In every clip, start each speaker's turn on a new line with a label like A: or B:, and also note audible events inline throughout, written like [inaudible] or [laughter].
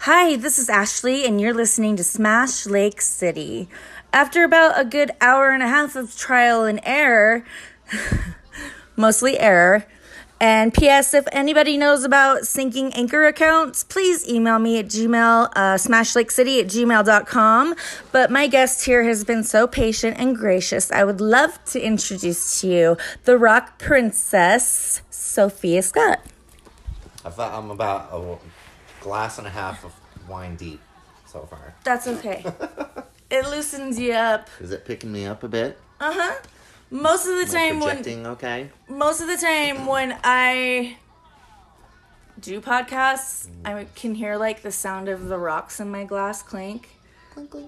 A: Hi, this is Ashley, and you're listening to Smash Lake City. After about a good hour and a half of trial and error, [laughs] mostly error, and P.S. If anybody knows about syncing anchor accounts, please email me at gmail, uh, smashlakecity at gmail.com. But my guest here has been so patient and gracious. I would love to introduce to you the rock princess, Sophia Scott.
B: I've, I'm about a glass and a half of wine deep so far.
A: That's okay. it loosens you up.
B: Is it picking me up a bit?
A: Uh huh. Most of the
B: Am I
A: time when
B: projecting okay?
A: most of the time when I do podcasts, I can hear like the sound of the rocks in my glass clink,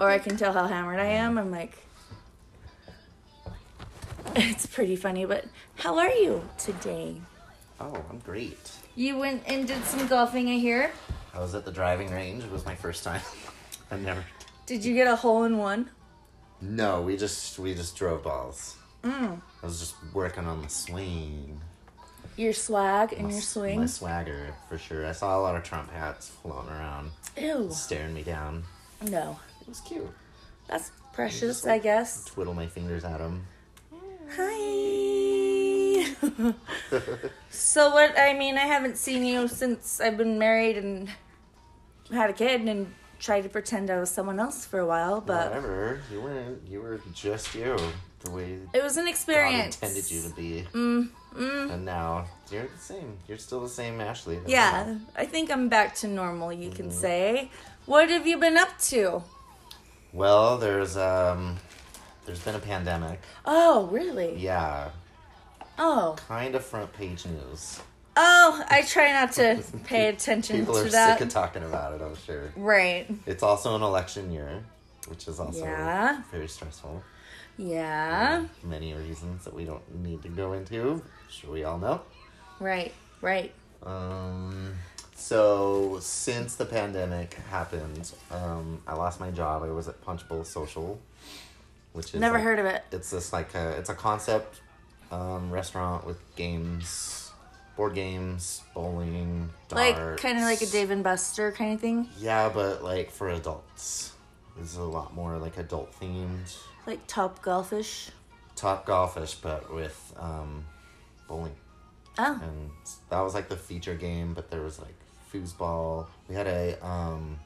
A: or I can tell how hammered I am. I'm like, [laughs] it's pretty funny. But how are you today?
B: Oh, I'm great.
A: You went and did some golfing, I hear.
B: I was at the driving range. It was my first time. [laughs] I never.
A: Did you get a hole in one?
B: No, we just we just drove balls.
A: Mm.
B: I was just working on the swing.
A: Your swag and
B: My
A: your
B: s- My
A: swing.
B: swagger for sure. I saw a lot of Trump hats floating around,
A: Ew.
B: staring me down.
A: No,
B: It was cute.
A: that's precious, I guess.
B: Twiddle my fingers at him.
A: Hi. [laughs] so what? I mean, I haven't seen you since I've been married and had a kid, and tried to pretend I was someone else for a while. But
B: Whatever. You weren't. You were just you. The way
A: it was an
B: God
A: experience.
B: intended you to be.
A: Mm, mm.
B: And now you're the same. You're still the same Ashley. that
A: Yeah, I think I'm back to normal. You
B: Mm-hmm.
A: can say. What have you been up to?
B: Well, there's um there's been a pandemic.
A: Oh, really?
B: Yeah.
A: Oh,
B: Kind of front page news.
A: oh! I try not
B: [laughs]
A: to pay attention
B: People
A: to
B: are
A: that.
B: sick of talking about it, I'm sure.
A: right.
B: It's also an election year, which is also
A: Yeah.
B: very stressful.
A: Yeah.
B: for Many reasons that we don't need to go into. Sure we all know.
A: Right. Right.
B: Um so since the pandemic happened, um, I lost my job. I was at Punchbowl Social, which is
A: Never
B: like-
A: heard of it.
B: it's this like a, it's a concept um, restaurant with games, board games, bowling, darts.
A: Like kind of like a Dave and Buster kind of thing,
B: Yeah, but like for adults. This is a lot more like adult themed,
A: like Top Golfish.
B: top golfish, but with um, bowling.
A: Oh,
B: And that was like the feature game, but there was like foosball. We had a um,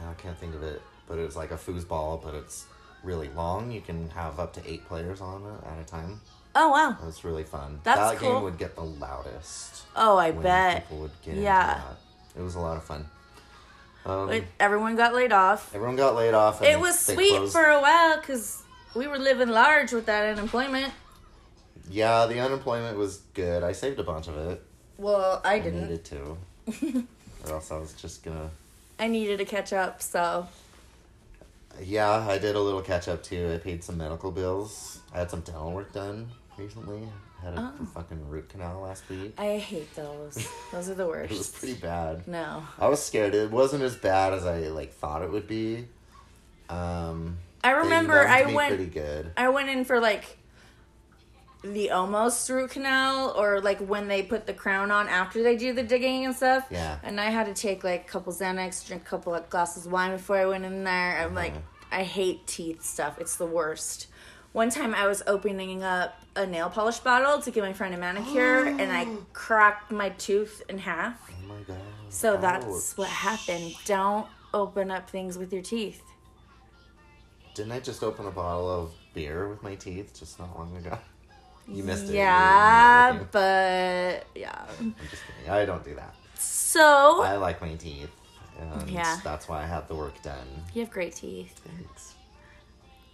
B: now I can't think of it, but it was like a foosball, but it's really long. You can have up to eight players on it at a time.
A: oh wow.
B: That's really fun.
A: That's
B: that
A: cool.
B: game would get the loudest.
A: Oh, I
B: when
A: bet.
B: People would get
A: Yeah.
B: into that. It was a lot of fun. Um,
A: It, everyone got laid off.
B: everyone got laid off. and
A: It was
B: they
A: sweet
B: closed-
A: for a while because we were living large with that unemployment.
B: Yeah, the unemployment was good. I saved a bunch of it.
A: Well, I
B: I
A: didn't.
B: needed to.
A: [laughs]
B: or else I was just gonna.
A: I needed to catch up, so
B: Yeah, I did a little catch up too. I paid some medical bills. I had some dental work done recently. I had a
A: Oh.
B: fucking root canal last
A: [laughs]
B: week.
A: I hate
B: [laughs]
A: those. Those are the
B: It was
A: worst.
B: pretty bad.
A: No,
B: I was scared. It wasn't as bad as I like thought it would be. Um,
A: I
B: they
A: remember
B: numbed
A: I
B: me
A: went.
B: pretty good.
A: I went in for like the almost root canal or like when they put the crown on after they do the digging and stuff.
B: Yeah.
A: And I had to take like a couple Xanax, drink a couple of glasses of wine before I went in there. I'm like,
B: Mhm.
A: I hate teeth stuff. It's the worst. One time I was opening up a nail polish bottle to give my friend a
B: [gasps]
A: manicure and I cracked my tooth in half.
B: Oh my god.
A: So that's
B: Ouch.
A: what happened. Don't open up things with your teeth.
B: Didn't I just open a bottle of beer with my teeth just not long ago? [laughs] You missed it. You
A: Yeah,
B: were- you
A: but yeah.
B: were- I'm just kidding. I don't do that.
A: So
B: I like my teeth. And
A: Yeah.
B: That's why I had the work done.
A: you have great teeth.
B: Thanks.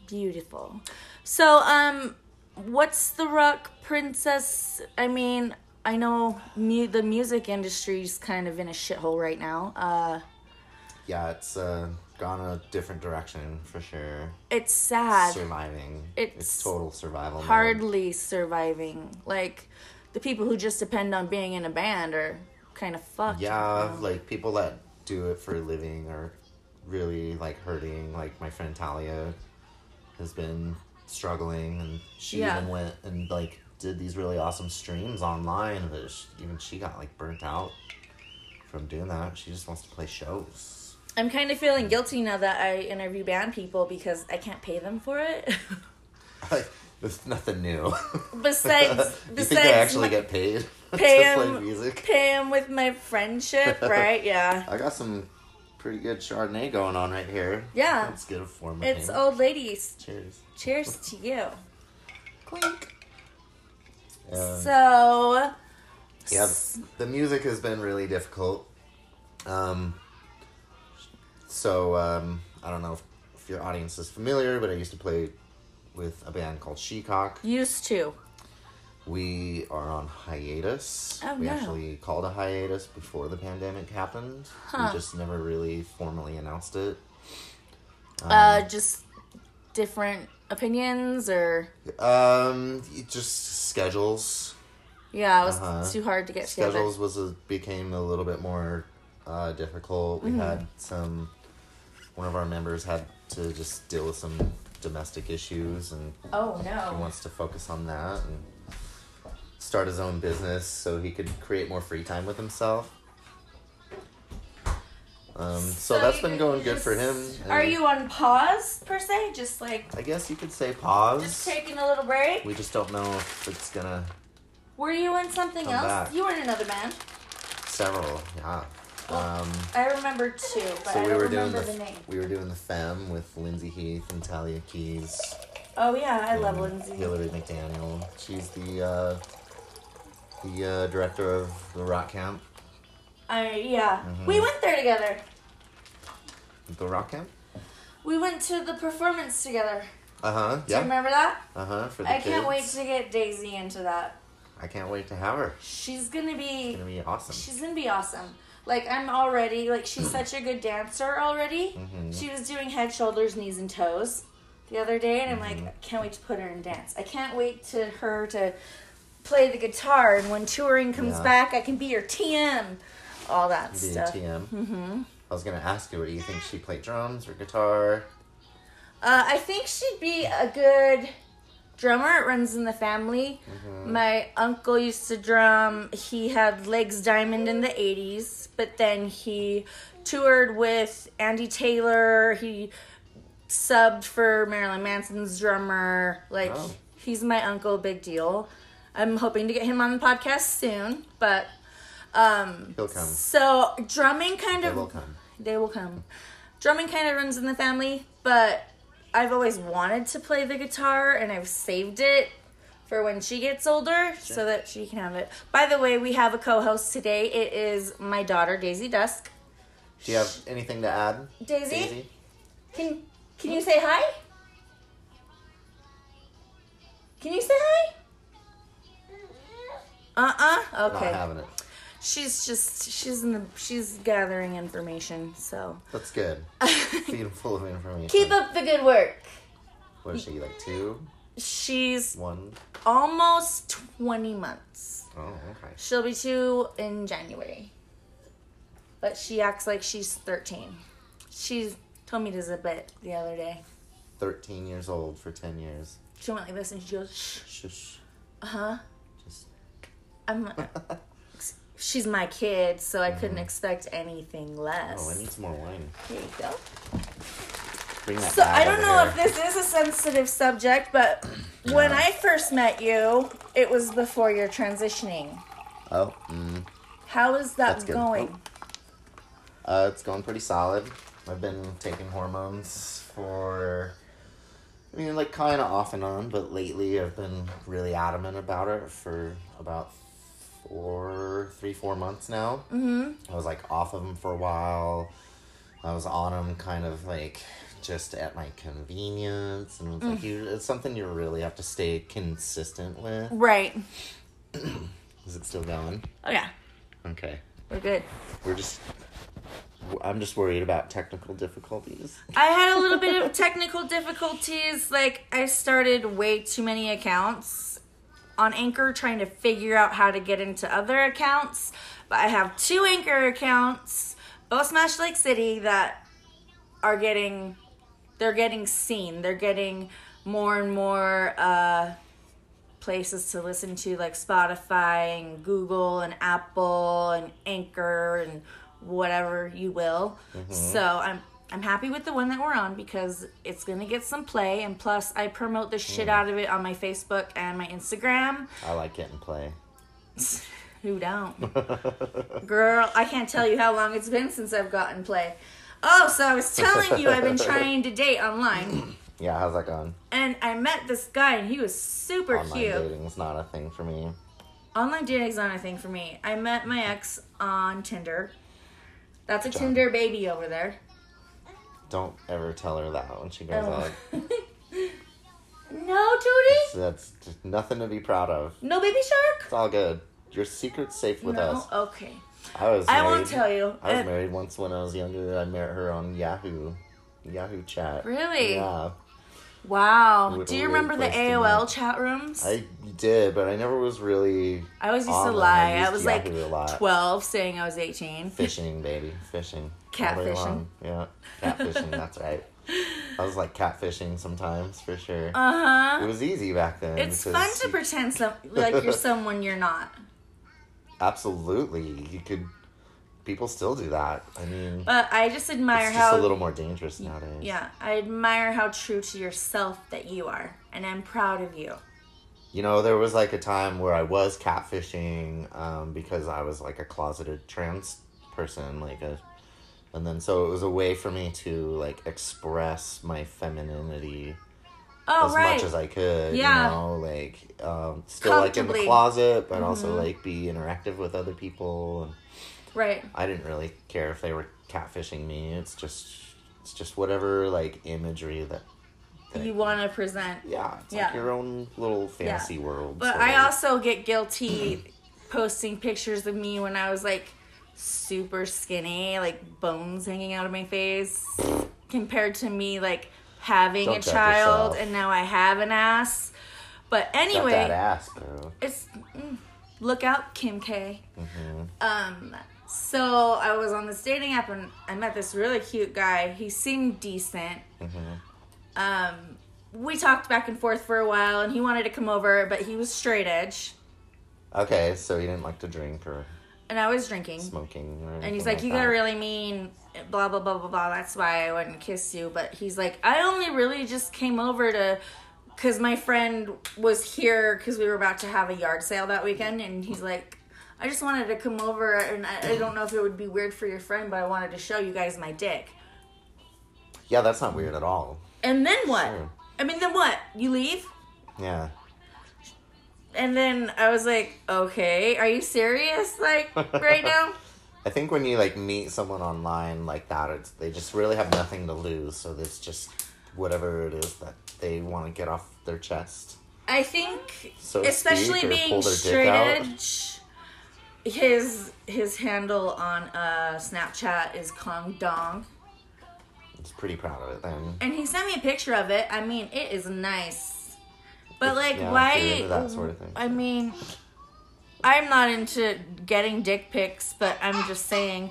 A: Beautiful. So um what's the rock princess? I mean, I know mu- the music industry's kind of in a shithole right now. Uh
B: Yeah, it's uh, gone a different direction for sure.
A: it's sad.
B: Surviving.
A: It's
B: total survival. mode.
A: Hardly surviving. Like the people who just depend on being in a band are kind of fucked.
B: Yeah, like people that do it for a living are really like hurting. Like my friend Talia has been struggling, and she
A: Yeah.
B: even went and like did these really awesome streams online, but sh even she got like burnt out from doing that. She just wants to play shows. [laughs]
A: I'm kind of feeling guilty now that I interview band people because I can't pay them for it. [laughs]
B: Like, there's nothing new. [laughs]
A: besides,
B: you
A: besides,
B: think I actually
A: my-
B: get paid [laughs]
A: pay
B: to play
A: him,
B: music?
A: pay him with my friendship,
B: [laughs]
A: right? Yeah,
B: I got some pretty good Chardonnay going on right here.
A: Yeah.
B: Let's get a form of
A: it's
B: him.
A: old ladies.
B: Cheers.
A: Cheers to you.
B: Clink. Um,
A: So,
B: yeah, the music has been really difficult. Um, so um, I don't know if, if your audience is familiar, but I used to play with a band called Shecock.
A: used to.
B: We are on hiatus.
A: Oh,
B: we
A: no.
B: actually called a hiatus before the pandemic happened.
A: Huh.
B: We just never really formally announced it. um,
A: uh, just different opinions, or
B: Um, it just schedules.
A: yeah, it was
B: Uh-huh.
A: too hard to get
B: schedules
A: together.
B: was a, became a little bit more uh, difficult. We
A: Mm.
B: had some one of our members had to just deal with some domestic issues, and
A: Oh
B: he
A: no!
B: wants to focus on that and start his own business so he could create more free time with himself. Um, so, that's
A: you-
B: been going good for him.
A: just-
B: and
A: Are you on pause per se? Just like
B: I guess you could say pause.
A: just taking a little break.
B: we just don't know if it's gonna
A: Were you in something
B: Come
A: else?
B: back.
A: You were in another band.
B: several. Yeah. Um,
A: I remember two, but I
B: so we
A: don't
B: were doing
A: remember
B: the,
A: the, name.
B: we were doing the femme with Lindsay Heath and Talia Keys.
A: Oh yeah, I love
B: and
A: Lindsay.
B: Hillary McDaniel. She's the uh, the uh, director of the rock camp.
A: I yeah.
B: Mhm.
A: We went there together.
B: The rock camp.
A: We went to the performance together.
B: Uh huh.
A: Do you
B: Yeah.
A: remember that?
B: Uh huh. For the
A: I can't wait
B: kids.
A: to get Daisy into that.
B: I can't wait to have her.
A: She's gonna be
B: It's gonna be awesome.
A: she's gonna be awesome. Like I'm already like she's such a good dancer already.
B: Mhm.
A: She was doing head, shoulders, knees and toes the other day and I'm like,
B: Mhm.
A: I can't wait to put her in dance. I can't wait to her to play the guitar and when touring comes
B: Yeah.
A: back I can be your TM. All that
B: Be a
A: stuff.
B: TM.
A: Mm-hmm.
B: I was gonna ask you, what do you think she played drums or guitar?
A: Uh, I think she'd be a good drummer. It runs in the family.
B: Mm-hmm.
A: My uncle used to drum. He had Legs Diamond in the 80s, but then he toured with Andy Taylor. He subbed for Marilyn Manson's drummer. Like,
B: Oh.
A: he's my uncle, big deal. I'm hoping to get him on the podcast soon, but. Um,
B: He'll come.
A: so drumming kind
B: They
A: of
B: will come.
A: they will come. Drumming kind of runs in the family, but I've always wanted to play the guitar and I've saved it for when she gets older so that she can have it. By the way, we have a co host today. It is my daughter, Daisy Dusk.
B: Do you have anything to add,
A: Daisy,
B: Daisy?
A: Can, can you say hi? Can you say hi? Uh uh.
B: Not
A: Okay.
B: having it.
A: She's just she's in the she's gathering information. So
B: That's good. Feed him full of information.
A: Um, keep up the good work.
B: What is she like? Two,
A: She's
B: one.
A: almost 20 months.
B: Oh, okay.
A: She'll be two in January. But she acts like she's 13. She told me to zip it the other day.
B: Thirteen years old for ten years.
A: She went like this and she goes, shh,
B: Shush.
A: uh huh.
B: Just. [laughs]
A: I'm, [laughs]
B: Oh,
A: she's my kid, so I couldn't expect anything less.
B: Mm-hmm. Oh, I need some more wine.
A: Here you go.
B: Bring that.
A: So
B: bag
A: I don't
B: over
A: know
B: here.
A: if this is a sensitive subject,
B: [clears throat]
A: but when I first met you, it was before your transitioning.
B: Oh, mm,
A: How is that
B: That's good.
A: going?
B: uh, it's going pretty solid. I've been taking hormones for. I mean, like kind of off and on, but lately I've been really adamant about it for about four, three, four months now. Mm-hmm. I was like off of them for a while. I was on them kind of like just at my convenience, and it's like you, it's something you really have to stay consistent with.
A: Right.
B: Is it still going?
A: Oh, yeah.
B: Okay.
A: We're good.
B: We're just. I'm just worried about technical difficulties.
A: I had a little bit of technical difficulties. Like I started way too many accounts on Anchor trying to figure out how to get into other accounts. But I have two Anchor accounts, both Smash Lake City, that are getting they're getting seen. They're getting more and more uh places to listen to like Spotify and Google and Apple and Anchor and whatever you will. So I'm I'm happy with the one that we're on because it's gonna get some play, and plus I promote the shit out of it on my Facebook and my Instagram. [laughs]
B: I like getting play.
A: Who don't? Girl, I can't tell you how long it's been since I've gotten play. Oh, so I was telling you I've been trying to date online.
B: Yeah, how's that going?
A: And I met this guy and he was super
B: Online
A: cute.
B: dating's not a thing for me.
A: Online dating's not a thing for me. I met my ex on Tinder. That's a Tinder baby over there.
B: Don't ever tell her that when she grows up.
A: [laughs] No, Tootie?
B: That's just nothing to be proud of.
A: No baby shark?
B: It's all good. Your secret's safe with
A: no?
B: us.
A: Okay.
B: I was.
A: I
B: married.
A: won't tell you.
B: I was
A: Uh,
B: married once when I was younger. I met her on Yahoo, Yahoo chat.
A: Really?
B: Yeah,
A: Wow.
B: With
A: Do you
B: a
A: remember the
B: weird place to
A: AOL
B: meet.
A: chat rooms?
B: I did, but I never was really
A: I always used to
B: online.
A: lie.
B: I
A: I,
B: used
A: was
B: Yahoo a lot.
A: like 12 saying I was 18.
B: fishing, baby, fishing. All day
A: Catfishing.
B: long. Yeah, catfishing. that's right. I was like catfishing sometimes for sure.
A: Uh
B: it
A: huh.
B: was easy back then.
A: It's
B: because
A: fun to pretend some, like you're someone you're not.
B: Absolutely, you could. People still do that. I mean,
A: But I just admire
B: it's
A: how
B: just a little more dangerous nowadays.
A: Yeah, I admire how true to yourself that you are, and I'm proud of you.
B: You know, there was like a time where I was catfishing um, because I was like a closeted trans person, like a, and then so it was a way for me to like express my femininity
A: Oh
B: as
A: right,
B: much as I could.
A: Yeah.
B: You know, like um, still like in the
A: Comfortably. Mm-hmm.
B: closet, but also like be interactive with other people. And
A: right.
B: I didn't really care if they were catfishing me. It's just, it's just whatever like imagery that. that
A: You want to present,
B: yeah, it's
A: Yeah.
B: like your own little fantasy world.
A: but
B: so,
A: I
B: like,
A: also get guilty [clears throat] posting pictures of me when I was like super skinny, like bones hanging out of my face, compared to me like having
B: Don't
A: a
B: judge
A: child
B: yourself.
A: and now I have an ass. But
B: Got
A: anyway,
B: that ass, bro.
A: it's mm, look out kim k um so i was on this dating app and i met this really cute guy he seemed decent um we talked back and forth for a while and he wanted to come over but he was straight edge
B: Okay, so he didn't like to drink or
A: and i was drinking
B: smoking or anything
A: and he's like, you got
B: that.
A: really mean blah blah blah blah blah that's why i wouldn't kiss you but he's like i only really just came over to because my friend was here because we were about to have a yard sale that weekend and he's like i just wanted to come over and I, I don't know if it would be weird for your friend but i wanted to show you guys my dick
B: Yeah, that's not weird at all.
A: and then what
B: Sure.
A: i mean then what you leave
B: Yeah.
A: and then i was like okay are you serious like right now
B: I think when you like meet someone online like that, it's they just really have nothing to lose, so it's just whatever it is that they want to get off their chest.
A: I think,
B: So to
A: especially
B: speak, or
A: being
B: pull their dick
A: straight
B: out.
A: edge, his his handle on uh, Snapchat is Kong Dong,
B: It's pretty proud of it then.
A: and he sent me a picture of it. I mean, it is nice, but like,
B: Yeah, if
A: why?
B: you're into that sort of thing.
A: I mean, I'm not into getting dick pics, but I'm just saying,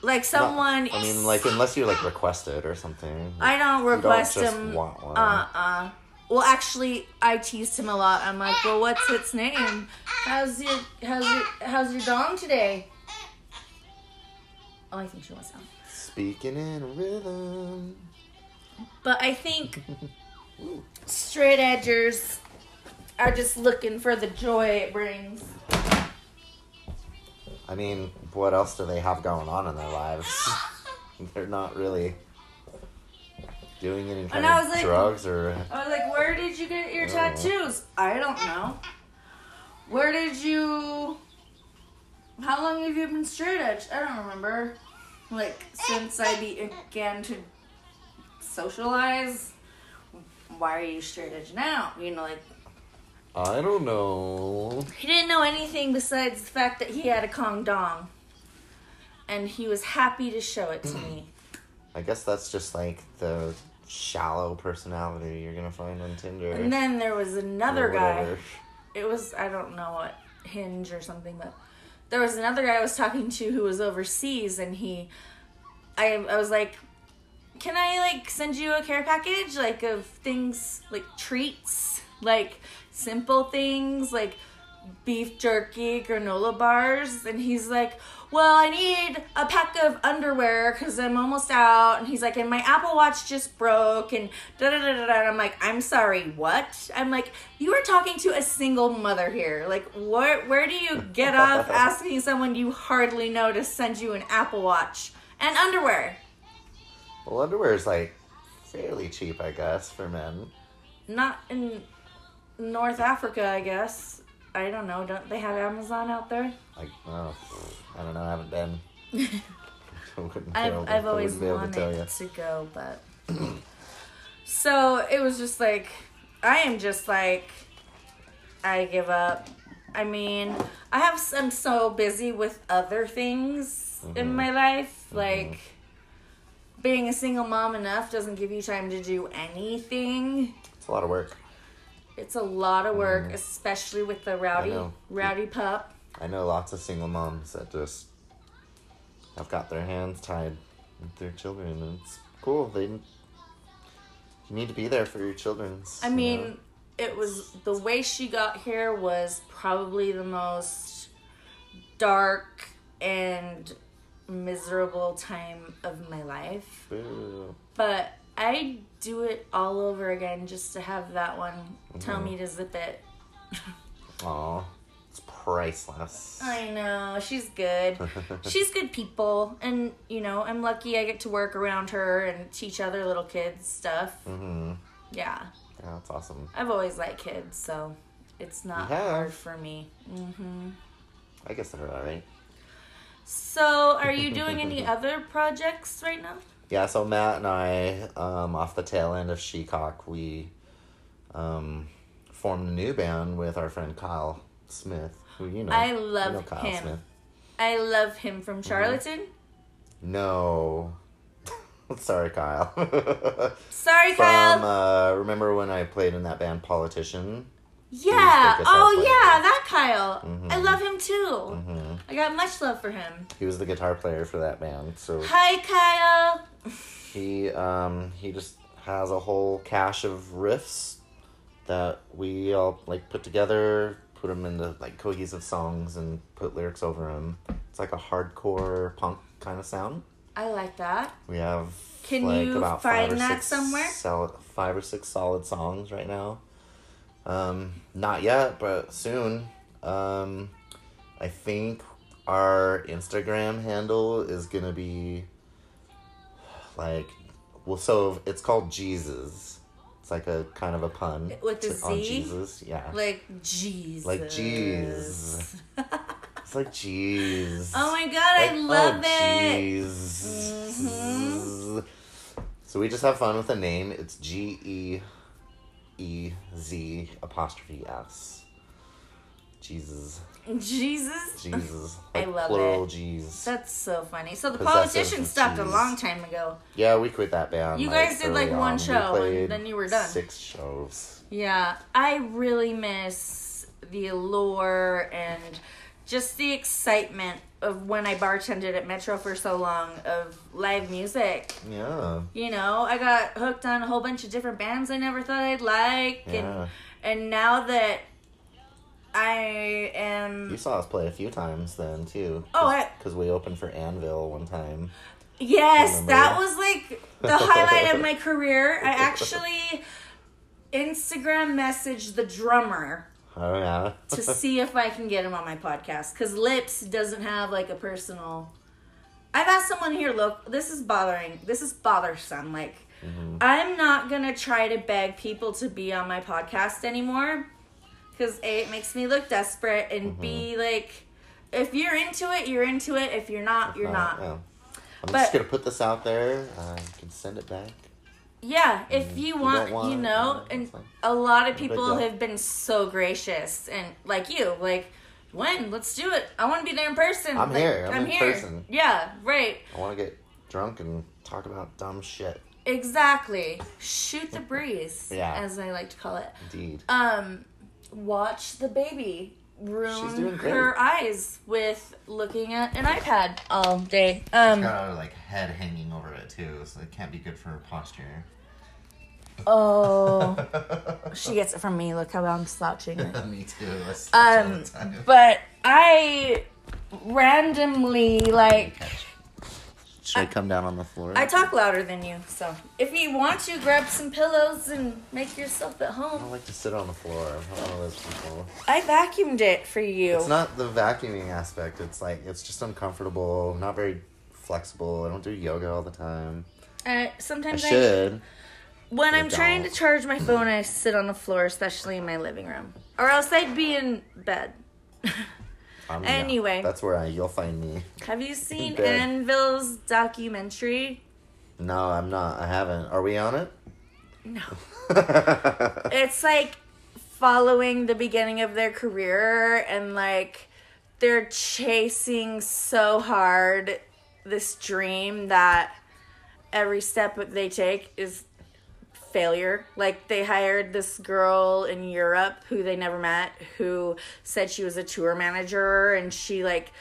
A: like
B: Not-
A: someone.
B: I mean, like unless you like request it or something.
A: I don't
B: you don't
A: request
B: just
A: him.
B: want one.
A: Uh uh Well, actually, I teased him a lot. I'm like, well, what's its name? How's your how's your how's your dong today? Oh, I think she wants out.
B: Speaking in rhythm.
A: But I think straight edgers are just looking for the joy it brings.
B: I mean, what else do they have going on in their lives? [laughs] They're not really doing any kind
A: I
B: of
A: was like-
B: drugs or
A: I was like, where did you get your tattoos? I don't know. Where did you. How long have you been straight edge? I don't remember. Like, since I began to socialize, why are you straight edge now? You know, like,
B: I don't know.
A: he didn't know anything besides the fact that he had a Kong Dong. And he was happy to show it
B: Mm.
A: to me.
B: I guess that's just like the shallow personality you're gonna find on Tinder.
A: And then there was
B: or
A: another guy.
B: whatever.
A: it was I don't know what hinge or something, but there was another guy I was talking to who was overseas, and he, I I was like, can I like send you a care package like of things like treats, like simple things like beef jerky, granola bars, and he's like. well, I need a pack of underwear because I'm almost out. And he's like, and my Apple Watch just broke. And da da da da da. And I'm like, I'm sorry, what? I'm like, you are talking to a single mother here. Like, what? Where do you get off asking someone you hardly know to send you an Apple Watch and underwear?
B: Well, underwear is like fairly cheap, I guess, for men.
A: Not in North Africa, I guess. I don't know. Don't they have Amazon out there?
B: Like, oh, I don't know. I
A: [laughs]
B: haven't been. [laughs] I wouldn't be
A: I've,
B: able to-
A: I've
B: I
A: always
B: wouldn't be able
A: wanted
B: to tell you.
A: to, go, but so it was just like I am just like I give up. I mean, I have s- I'm so busy with other things
B: Mm-hmm.
A: in my life, like being a single mom enough doesn't give you time to do anything.
B: It's a lot of work.
A: It's a lot of work, especially with the rowdy
B: Mm-hmm. know.
A: rowdy pup.
B: I know lots of single moms that just have got their hands tied with their children, and it's cool. They you need to be there for your children.
A: I mean, it was the way she got here was probably the most dark and miserable time of my life. But I do it all over again just to have that one tell me to zip it.
B: Aw, it's priceless.
A: I know, she's good. she's good people. And, you know, I'm lucky I get to work around her and teach other little kids stuff.
B: Mhm.
A: Yeah.
B: Yeah, that's awesome.
A: I've always liked kids, so it's not
B: You have.
A: hard for me.
B: I guess they're all right.
A: So, are you doing
B: [laughs]
A: any other projects right now?
B: Yeah, so Matt and I, um, off the tail end of Shecock, we um, formed a new band with our friend Kyle Smith, who you know.
A: I
B: you
A: love
B: know Kyle
A: him.
B: Smith.
A: I love him from
B: Mm-hmm.
A: Charlatan.
B: No. [laughs] Sorry, Kyle. [laughs]
A: Sorry,
B: From
A: Kyle.
B: uh, remember when I played in that band Politician?
A: yeah.
B: guitar
A: Oh,
B: player.
A: yeah. That Kyle.
B: Mm-hmm.
A: I love him too. I got much love for him.
B: He was the guitar player for that band. So
A: Hi, Kyle.
B: he um, he just has a whole cache of riffs that we all like put together, put them into like cohesive songs, and put lyrics over them. It's like a hardcore punk kind of sound.
A: I like that.
B: We have
A: Can
B: like
A: you
B: about five
A: find
B: or
A: that
B: six
A: somewhere?
B: Solid, five or six solid songs right now. Um, not yet, but soon. Um, I think our Instagram handle is gonna be like, well, so it's called Jesus. It's like a kind of a pun
A: With the
B: to- on
A: Z?
B: Jesus. Yeah,
A: Like, jeez.
B: like jeez. it's like jeez.
A: Oh my god, I
B: Like,
A: love
B: oh,
A: it.
B: jeez. So we just have fun with the name. It's G E E Z apostrophe S. Jesus.
A: Jesus.
B: Jesus.
A: [laughs] I
B: Like
A: love
B: plural
A: it.
B: G's.
A: That's so funny. So the
B: Possessive
A: politician stopped a
B: jeez.
A: long time ago.
B: Yeah, we quit that band.
A: You guys did,
B: early
A: like, one
B: on. We
A: show, and
B: played
A: then you were done.
B: Six shows.
A: Yeah, I really miss the allure and just the excitement of when I bartended at Metro for so long of live music.
B: Yeah.
A: You know, I got hooked on a whole bunch of different bands I never thought I'd like
B: Yeah.
A: and and now that I am
B: You saw us play a few times then too.
A: Oh, I-
B: because we opened for Anvil one time.
A: Yes,
B: Remember
A: that
B: that?
A: was like the highlight of
B: [laughs]
A: my career. I actually Instagram messaged the drummer
B: Oh yeah. [laughs]
A: to see if I can get him on my podcast because Lips doesn't have like a personal. I've asked someone here, look, this is bothering. This is bothersome. Like, I'm not gonna try to beg people to be on my podcast anymore because a it makes me look desperate and b like if you're into it, you're into it. If you're not, you're
B: Uh,
A: not.
B: yeah. I'm
A: But-
B: just gonna put this out there. Uh, you can send it back.
A: Yeah, if you
B: Mm, don't
A: want,
B: want
A: you
B: it,
A: know,
B: yeah,
A: and
B: that's fine.
A: a lot of
B: big
A: people
B: deal.
A: have been so gracious and like you, like when let's do it. I want to be there in person.
B: I'm
A: Like,
B: here. I'm in person.
A: Yeah, right.
B: I want to get drunk and talk about dumb shit.
A: Exactly. Shoot the breeze,
B: [laughs] Yeah.
A: as I like to call it.
B: Indeed.
A: Um, watch the baby ruin
B: She's doing great.
A: her eyes with looking at an iPad all day. Um,
B: Got her like head hanging over it too, so it can't be good for her posture. [laughs]
A: oh, she gets it Um, from me. Look how I'm slouching.
B: Me too.
A: Um, but I randomly like
B: Should I, come down on the floor?
A: I talk louder than you, so if you want to grab some pillows and make yourself at
B: I
A: home.
B: don't like to sit on the floor. I'm not one of those people.
A: I vacuumed it for you.
B: It's not the vacuuming aspect. It's like it's just uncomfortable. Not very flexible. I don't do yoga all the time.
A: uh,
B: I
A: sometimes I,
B: should.
A: when
B: I
A: I'm trying to
B: don't.
A: charge my phone, I sit on the floor, especially in my living room, or else I'd be in bed. [laughs]
B: I'm
A: Anyway.
B: Um, that's where I. You'll find me.
A: Have you seen
B: bed.
A: Anvil's documentary?
B: No, I'm not. I haven't. Are we on it?
A: No.
B: Uh.
A: it's like following the beginning of their career and like they're chasing so hard this dream that every step that they take is failure. Like they hired this girl in Europe who they never met who said she was a tour manager and she like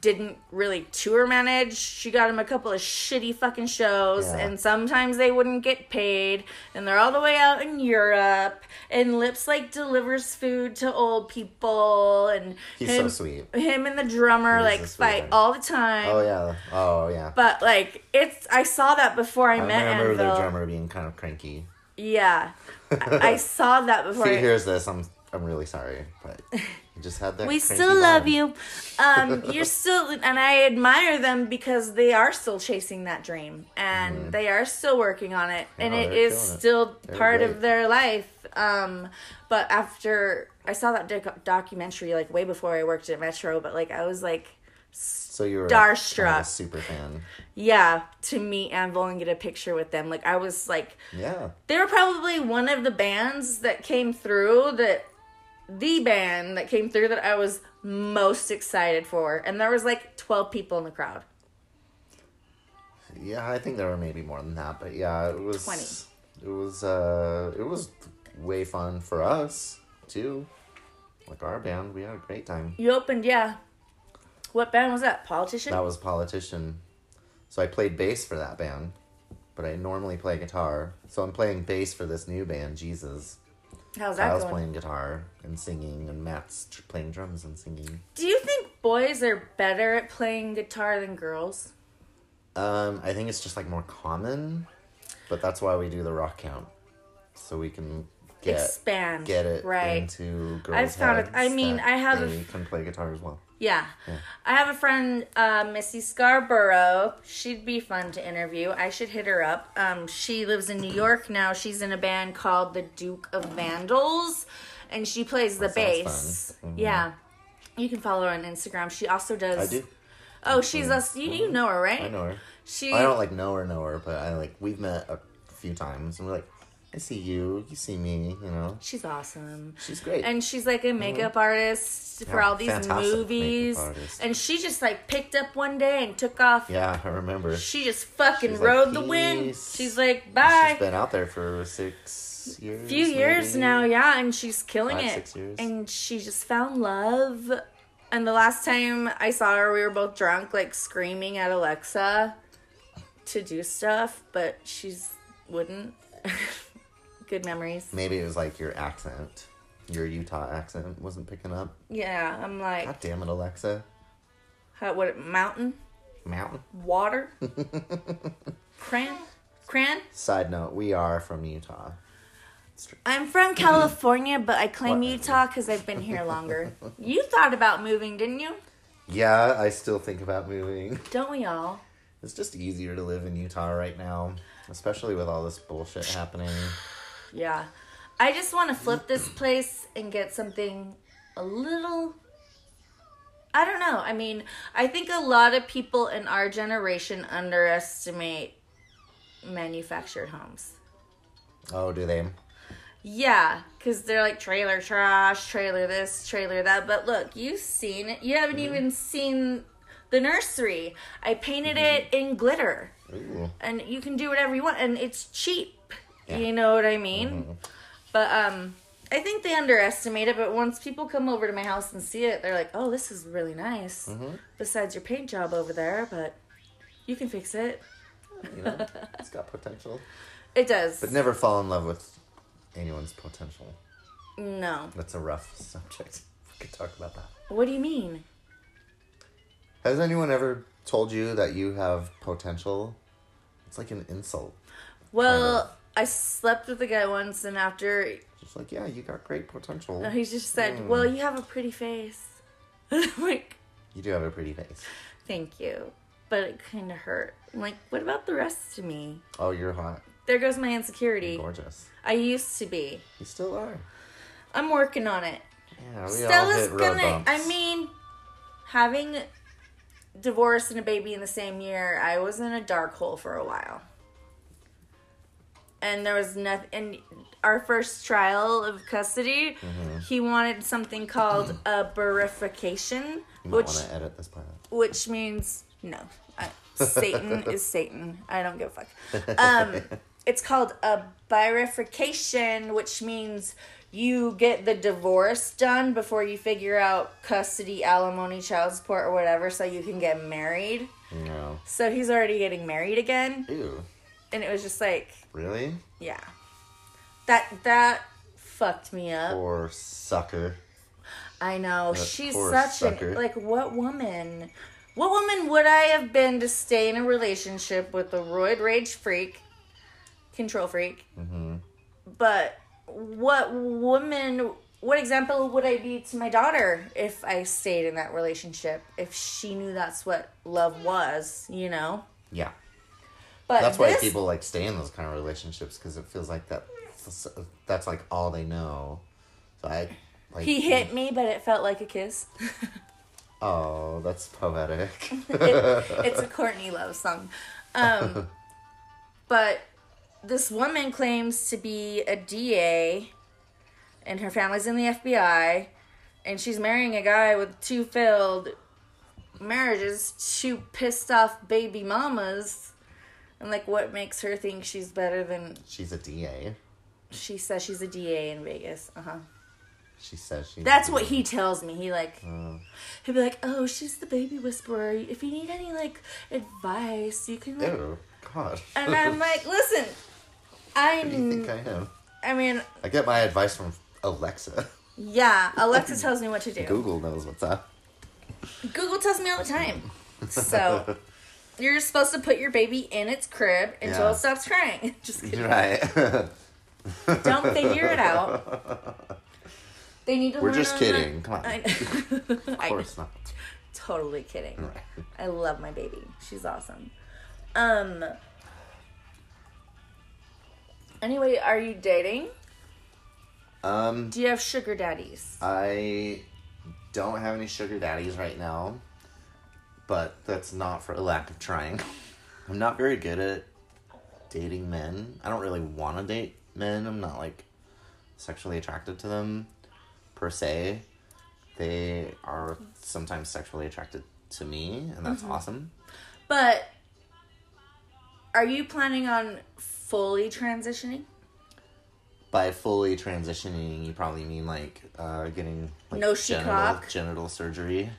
A: didn't really tour manage. She got him a couple of shitty fucking shows
B: Yeah.
A: and sometimes they wouldn't get paid and they're all the way out in Europe and Lips like delivers food to old people and
B: He's
A: him,
B: so sweet.
A: him and the drummer
B: He's
A: like
B: a sweet
A: fight
B: guy.
A: all the time.
B: Oh yeah. Oh yeah.
A: But like it's I saw that before I,
B: I
A: met
B: remember
A: Anvil.
B: the drummer being kind of cranky.
A: Yeah.
B: [laughs]
A: I, I saw that before.
B: If he hears this, I'm I'm really sorry, but
A: [laughs]
B: he just had that.
A: we
B: cranky
A: still love
B: vibe.
A: you.
B: [laughs]
A: Um, you're still, and I admire them because they are still chasing that dream and they are still working on it. and
B: Mm-hmm. Yeah,
A: it
B: they're
A: is
B: killing it.
A: still
B: They're
A: part of
B: great.
A: their life. Um, but after I saw that doc- documentary, like way before I worked at Metro, but like I was like,
B: So you were
A: Starstruck.
B: kind of a super fan.
A: yeah, to meet Anvil and get a picture with them. Like I was like,
B: Yeah.
A: they were probably one of the bands that came through that the band that came through that I was most excited for. And there was like 12 people in the crowd.
B: Yeah, I think there were maybe more than that, but yeah, it was
A: 20.
B: It was uh it was way fun for us too. Like our band, we had a great time.
A: You opened, yeah. What band was that? Politician?
B: That was politician. So I played bass for that band, but I normally play guitar. So I'm playing bass for this new band, Jesus.
A: How's that
B: Kyle's
A: going?
B: playing guitar and singing, and Matt's tr- playing drums and singing.
A: Do you think boys are better at playing guitar than girls?
B: Um, I think it's just like more common, but that's why we do the rock count, so we can get
A: Expand.
B: get it
A: Right.
B: into girls.
A: I've found it- I
B: heads
A: mean,
B: that
A: I have a
B: they
A: f-
B: can play guitar as well.
A: Yeah. I have a friend, uh, Missy Scarborough. She'd be fun to interview. I should hit her up. Um, she lives in New York now. She's in a band called the Duke of Vandals, and she plays the
B: sounds
A: bass.
B: fun. Mhm.
A: Yeah. You can follow her on Instagram. She also does.
B: I do. Mm-hmm.
A: Oh, she's us. You, you know her, right?
B: I know her.
A: She.
B: I don't like know her, know her, but I like we've met a few times, and we're like, I see you, you see me, you know.
A: She's awesome.
B: She's great.
A: and she's like a makeup artist for
B: Mm-hmm. Yeah,
A: all these
B: fantastic makeup
A: movies.
B: artist.
A: And she just like picked up one day and took off
B: yeah, I remember.
A: She just fucking
B: She's like,
A: rode the wind.
B: "Peace."
A: She's like,
B: She's
A: bye.
B: been out there for six years.
A: A few years
B: maybe.
A: now, yeah, and she's killing
B: Five,
A: it.
B: six years.
A: And she just found love. And the last time I saw her, we were both drunk, like screaming at Alexa to do stuff, but she's wouldn't. [laughs] Good memories.
B: Maybe it was like your accent, your Utah accent wasn't picking up.
A: Yeah, I'm like,
B: God damn it, Alexa.
A: how, what? Mountain,
B: Mountain.
A: water,
B: [laughs]
A: cran, cran.
B: Side note: We are from Utah.
A: I'm from California, but I claim
B: Whatever.
A: Utah because I've been here longer. you thought about moving, didn't you?
B: Yeah, I still think about moving.
A: Don't we all?
B: It's just easier to live in Utah right now, especially with all this bullshit happening.
A: Yeah. I just want to flip this place and get something a little. I don't know. I mean, I think a lot of people in our generation underestimate manufactured homes.
B: Oh, do they?
A: Yeah, because they're like trailer trash, trailer this, trailer that. But look, you've seen it. You haven't
B: Mm-hmm.
A: even seen the nursery. I painted it
B: Mm-hmm.
A: in glitter.
B: Ooh.
A: and you can do whatever you want and it's cheap
B: Yeah. Mm-hmm.
A: you know what i mean but um i think they underestimate it but once people come over to my house and see it they're like oh this is really nice
B: Mm-hmm.
A: besides your paint job over there but you can fix it [laughs]
B: You know, it's got potential.
A: it does
B: But never fall in love with anyone's potential.
A: no
B: [laughs] That's a rough subject. We could talk about that.
A: what do you mean
B: Has anyone ever told you that you have potential? It's like an insult.
A: Well, I slept with a guy once, and after uh,
B: Just like, yeah, you got great potential.
A: he just said, "Well, you have a pretty face," [laughs] and I'm like,
B: You do have a pretty face.
A: "Thank you," but it kind of hurt. I'm like, "What about the rest of me?"
B: Oh, you're hot.
A: There goes my insecurity.
B: Gorgeous.
A: I used to be.
B: You still are.
A: I'm working on it.
B: Yeah, we all
A: Stella's
B: hit road
A: gonna.
B: bumps.
A: I mean, having divorce and a baby in the same year, I was in a dark hole for a while, and there was nothing. And our first trial of custody,
B: Mm-hmm.
A: he wanted something called a barification,
B: you might
A: which
B: want to edit this part. out.
A: which means no. I, Satan is Satan. I don't give a fuck. Um, it's called a bifurcation, which means you get the divorce done before you figure out custody, alimony, child support, or whatever, so you can get married.
B: No.
A: So he's already getting married again,
B: Ew.
A: and it was just like,
B: Really?
A: yeah, that that fucked me up.
B: Poor sucker.
A: I know. She's
B: poor
A: such
B: sucker.
A: an like what woman? What woman would I have been to stay in a relationship with a roid rage freak, control freak?
B: Mm-hmm.
A: But what woman? What example would I be to my daughter if I stayed in that relationship? If she knew that's what love was, you know.
B: Yeah.
A: But
B: That's why
A: this-
B: people like stay in those kind of relationships because it feels like that. That's like all they know. So I. Like,
A: He hit me, but it felt like a kiss. [laughs]
B: Oh, that's poetic. [laughs]
A: [laughs] it's a Courtney Love song. Um, but this woman claims to be a DA, and her family's in the FBI, and she's marrying a guy with two failed marriages, two pissed off baby mamas. And like, what makes her think she's better than
B: She's a DA.
A: she says she's a DA in Vegas? Uh huh.
B: She says she.
A: That's what he tells me. He like he'll be like, "Oh, she's the baby whisperer. If you need any like advice, you can." Like,
B: Ew, God.
A: [laughs] and I'm like, "Listen,
B: Who [laughs] do you
A: I'm.
B: think I am?
A: I mean,
B: I get my advice from Alexa. [laughs]
A: yeah. Alexa tells me what to do.
B: Google knows
A: [laughs]
B: what's up.
A: Google tells me all the time.
B: [laughs]
A: So you're just supposed to put your baby in its crib until
B: Yeah.
A: it stops crying. [laughs] Just
B: [laughs]
A: kidding.
B: You're right.
A: Don't figure it out.
B: [laughs]
A: They need to.
B: We're
A: learn
B: just
A: on that-
B: kidding. Come on.
A: I, [laughs]
B: [laughs] of
A: I
B: course not.
A: totally kidding.
B: Right.
A: I love my baby. She's awesome. Um. Anyway, are you dating?
B: Um,
A: Do you have sugar daddies?
B: I don't have any sugar daddies right now, but that's not for a lack of trying. [laughs] I'm not very good at dating men. I don't really want to date men. I'm not like sexually attracted to them per se. They are sometimes sexually attracted to me, and that's awesome.
A: But are you planning on fully transitioning?
B: By fully transitioning, you probably mean like uh, getting like,
A: No
B: genital,
A: she-cock?
B: genital surgery.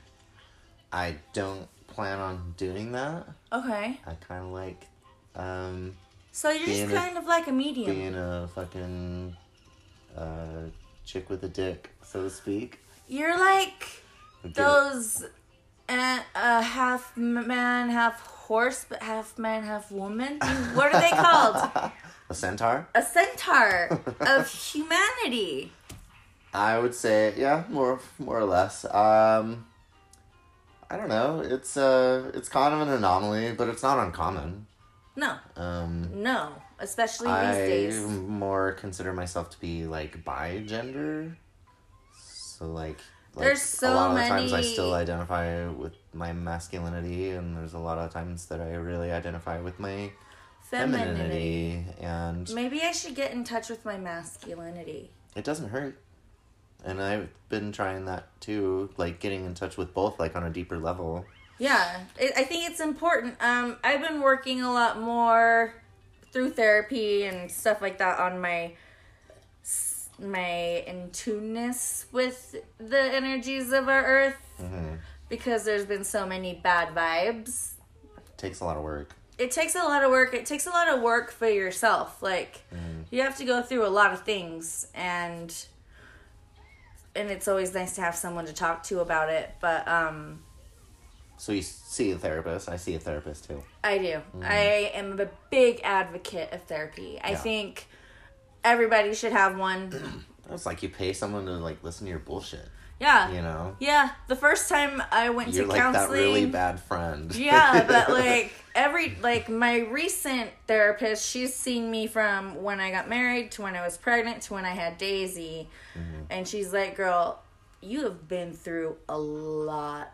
B: I don't plan on doing that.
A: Okay.
B: I kind of like um,
A: So you're just
B: Being a-
A: kind of like a medium.
B: being a fucking uh, chick with a dick, so to speak.
A: You're like
B: I get it.
A: those uh, uh, half man, half horse, but half man, half woman. You- What are they called?
B: A centaur?
A: a centaur
B: [laughs]
A: of humanity.
B: I would say, yeah, more more or less. Um, I don't know. It's uh, it's kind of an anomaly, but it's not uncommon.
A: No,
B: Um,
A: no, especially these
B: I
A: days.
B: more consider myself to be like bi gender. So like, like
A: There's so
B: a lot of the times I
A: many-
B: still identify with my masculinity and there's a lot of times that I really identify with my
A: Femininity.
B: femininity and
A: Maybe I should get in touch with my masculinity.
B: it doesn't hurt. And I've been trying that too, like getting in touch with both like on a deeper level.
A: Yeah, it, I think it's important. Um, I've been working a lot more through therapy and stuff like that on my s- my in tuneness with the energies of our earth because there's been so many bad vibes
B: takes a lot of work.
A: it takes a lot of work. It takes a lot of work for yourself. Like you have to go through a lot of things and and it's always nice to have someone to talk to about it, but um
B: So you see a therapist. I see a therapist too.
A: I do. I am a big advocate of therapy. I
B: Mm. Yeah.
A: think everybody should have
B: [clears throat]
A: one.
B: It's like you pay someone to like listen to your bullshit.
A: Yeah.
B: You know,
A: Yeah. The first time I went
B: you're
A: to
B: like
A: counseling.
B: that really bad friend. [laughs]
A: yeah, but like every like my recent therapist, she's seen me from when I got married to when I was pregnant to when I had Daisy. And she's like, "Girl, you have been through a lot."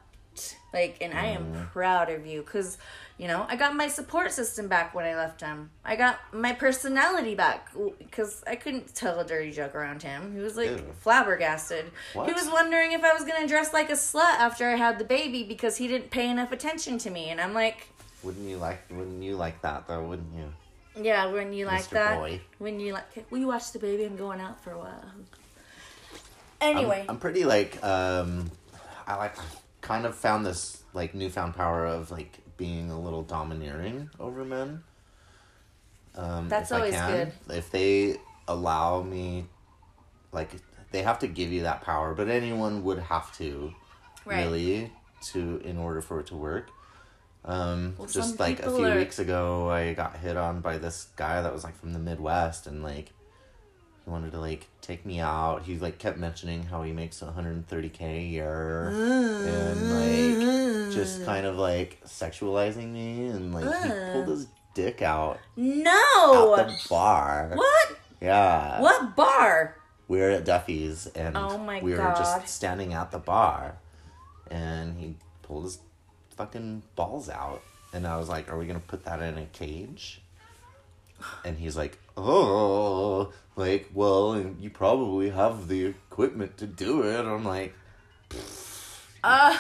A: Like, and I am proud of you cuz you know, I got my support system back when I left him. I got my personality back cuz I couldn't tell a dirty joke around him. He was like
B: Ew.
A: flabbergasted. He
B: What?
A: was wondering if I was gonna dress like a slut after I had the baby because he didn't pay enough attention to me, and I'm like,
B: wouldn't you like? Wouldn't you like that though? Wouldn't you?
A: yeah, when you like
B: Mr.
A: that,
B: Boy.
A: when you like, will you watch the baby? I'm going out for a while.
B: I'm-
A: Anyway,
B: I'm, pretty like um, I like kind of found this like newfound power of like being a little domineering over men. Um,
A: That's
B: if I
A: always
B: can. If they allow me, like they have to give you that power, but anyone would have to,
A: Right.
B: really, to in order for it to work. Um,
A: Well, some
B: just like a
A: people
B: few
A: are-
B: weeks ago, I got hit on by this guy that was like from the Midwest, and like he wanted to like take me out. He like kept mentioning how he makes 130k a year and like
A: Uh.
B: just kind of like sexualizing me and like he pulled
A: Uh.
B: his dick out at
A: no,
B: the bar.
A: what?
B: Yeah.
A: What bar?
B: We were at Duffy's and
A: Oh my
B: we were
A: God.
B: just standing at the bar and he pulled his fucking balls out and I was like, Are we gonna put that in a cage? And he's like, Oh like, well and you probably have the equipment to do it. I'm like,
A: Uh,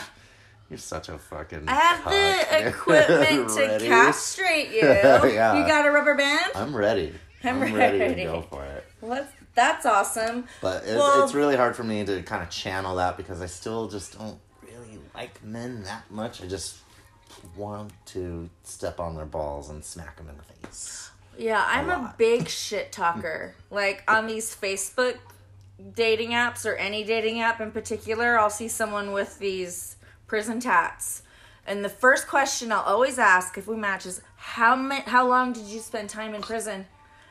B: You're such a fucking
A: I have
B: cuck." [laughs]
A: the equipment to
B: Ready?
A: castrate you.
B: [laughs] Yeah.
A: You got a rubber band?
B: I'm ready.
A: I'm
B: I'm, ready.
A: ready.
B: to go for it.
A: What? That's awesome.
B: But it's,
A: Well-
B: it's really hard for me to kind of channel that because I still just don't really like men that much. I just want to step on their balls and smack them in the face.
A: Yeah, I'm a,
B: lot.
A: big shit talker. like on these Facebook dating apps or any dating app in particular, I'll see someone with these prison tats. And the first question I'll always ask if we match is how ma- how long did you spend time in prison?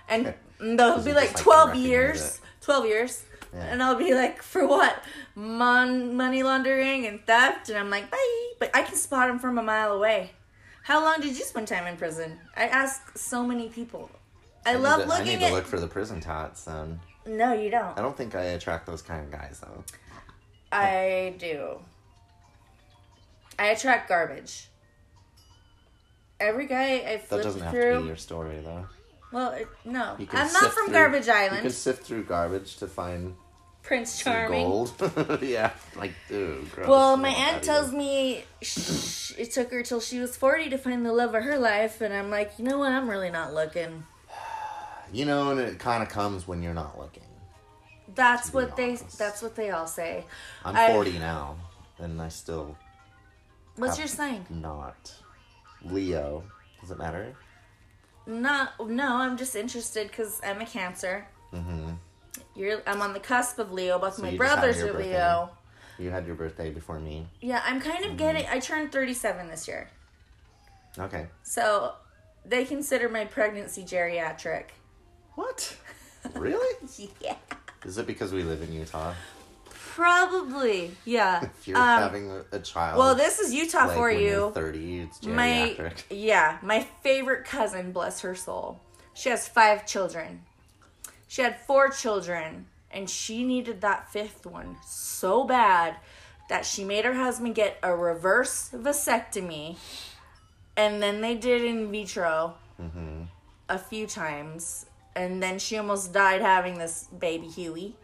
A: And they'll be
B: it
A: like
B: just, like,
A: 12
B: recognize
A: years.
B: it?
A: 12 years.
B: Yeah.
A: And I'll be like, for what? Mon- money laundering and theft. And I'm like, bye. But I can spot them from a mile away. How long did you spend time in prison? I ask so many people. I,
B: need
A: love
B: to- I
A: looking
B: need
A: at.
B: to look for the prison tots. Then
A: No, you don't.
B: I don't think I attract those kind of guys though.
A: I do. I attract garbage. Every guy I
B: That
A: flip
B: doesn't have to
A: through.
B: be your story though.
A: well, it, no,
B: You can
A: I'm not
B: sift
A: from
B: through-
A: Garbage
B: You can
A: Island.
B: sift through garbage to find
A: Prince
B: some
A: Charming.
B: gold. [laughs] yeah, like ew, gross.
A: Well,
B: I
A: my
B: don't
A: aunt
B: do that
A: tells
B: either.
A: me sh it took her till she was 40 to find the love of her life, and I'm like, you know what? I'm really not looking.
B: you know, and it kind of comes when you're not looking.
A: That's
B: be
A: what they.
B: honest.
A: That's what they all say.
B: I'm
A: I-
B: 40 now, and I still
A: What's
B: Have-
A: your sign?
B: not Leo. Does it matter?
A: No, no. I'm just interested because I'm a Cancer. Mm-hmm. You're. I'm on the cusp of Leo. Both my
B: you just had
A: brothers
B: your
A: are
B: birthday.
A: Leo.
B: You had your birthday before me.
A: Yeah, I'm kind
B: Mm-hmm.
A: of getting. I turned 37 this year,
B: Okay.
A: so they consider my pregnancy
B: [laughs]
A: geriatric. [laughs]
B: What? Really?
A: Yeah.
B: Is it because we live in Utah?
A: Probably. Yeah.
B: If you're
A: Um,
B: having a- a child,
A: Well, this is Utah
B: like,
A: for
B: when you're
A: you.
B: 30, it's
A: My
B: [laughs] geriatric.
A: yeah, my favorite cousin, bless her soul. She has five children. She had four children, and she needed that fifth one so bad that she made her husband get a reverse vasectomy, and then they did in vitro
B: Mm-hmm.
A: a few times, and then she almost died having this baby Huey,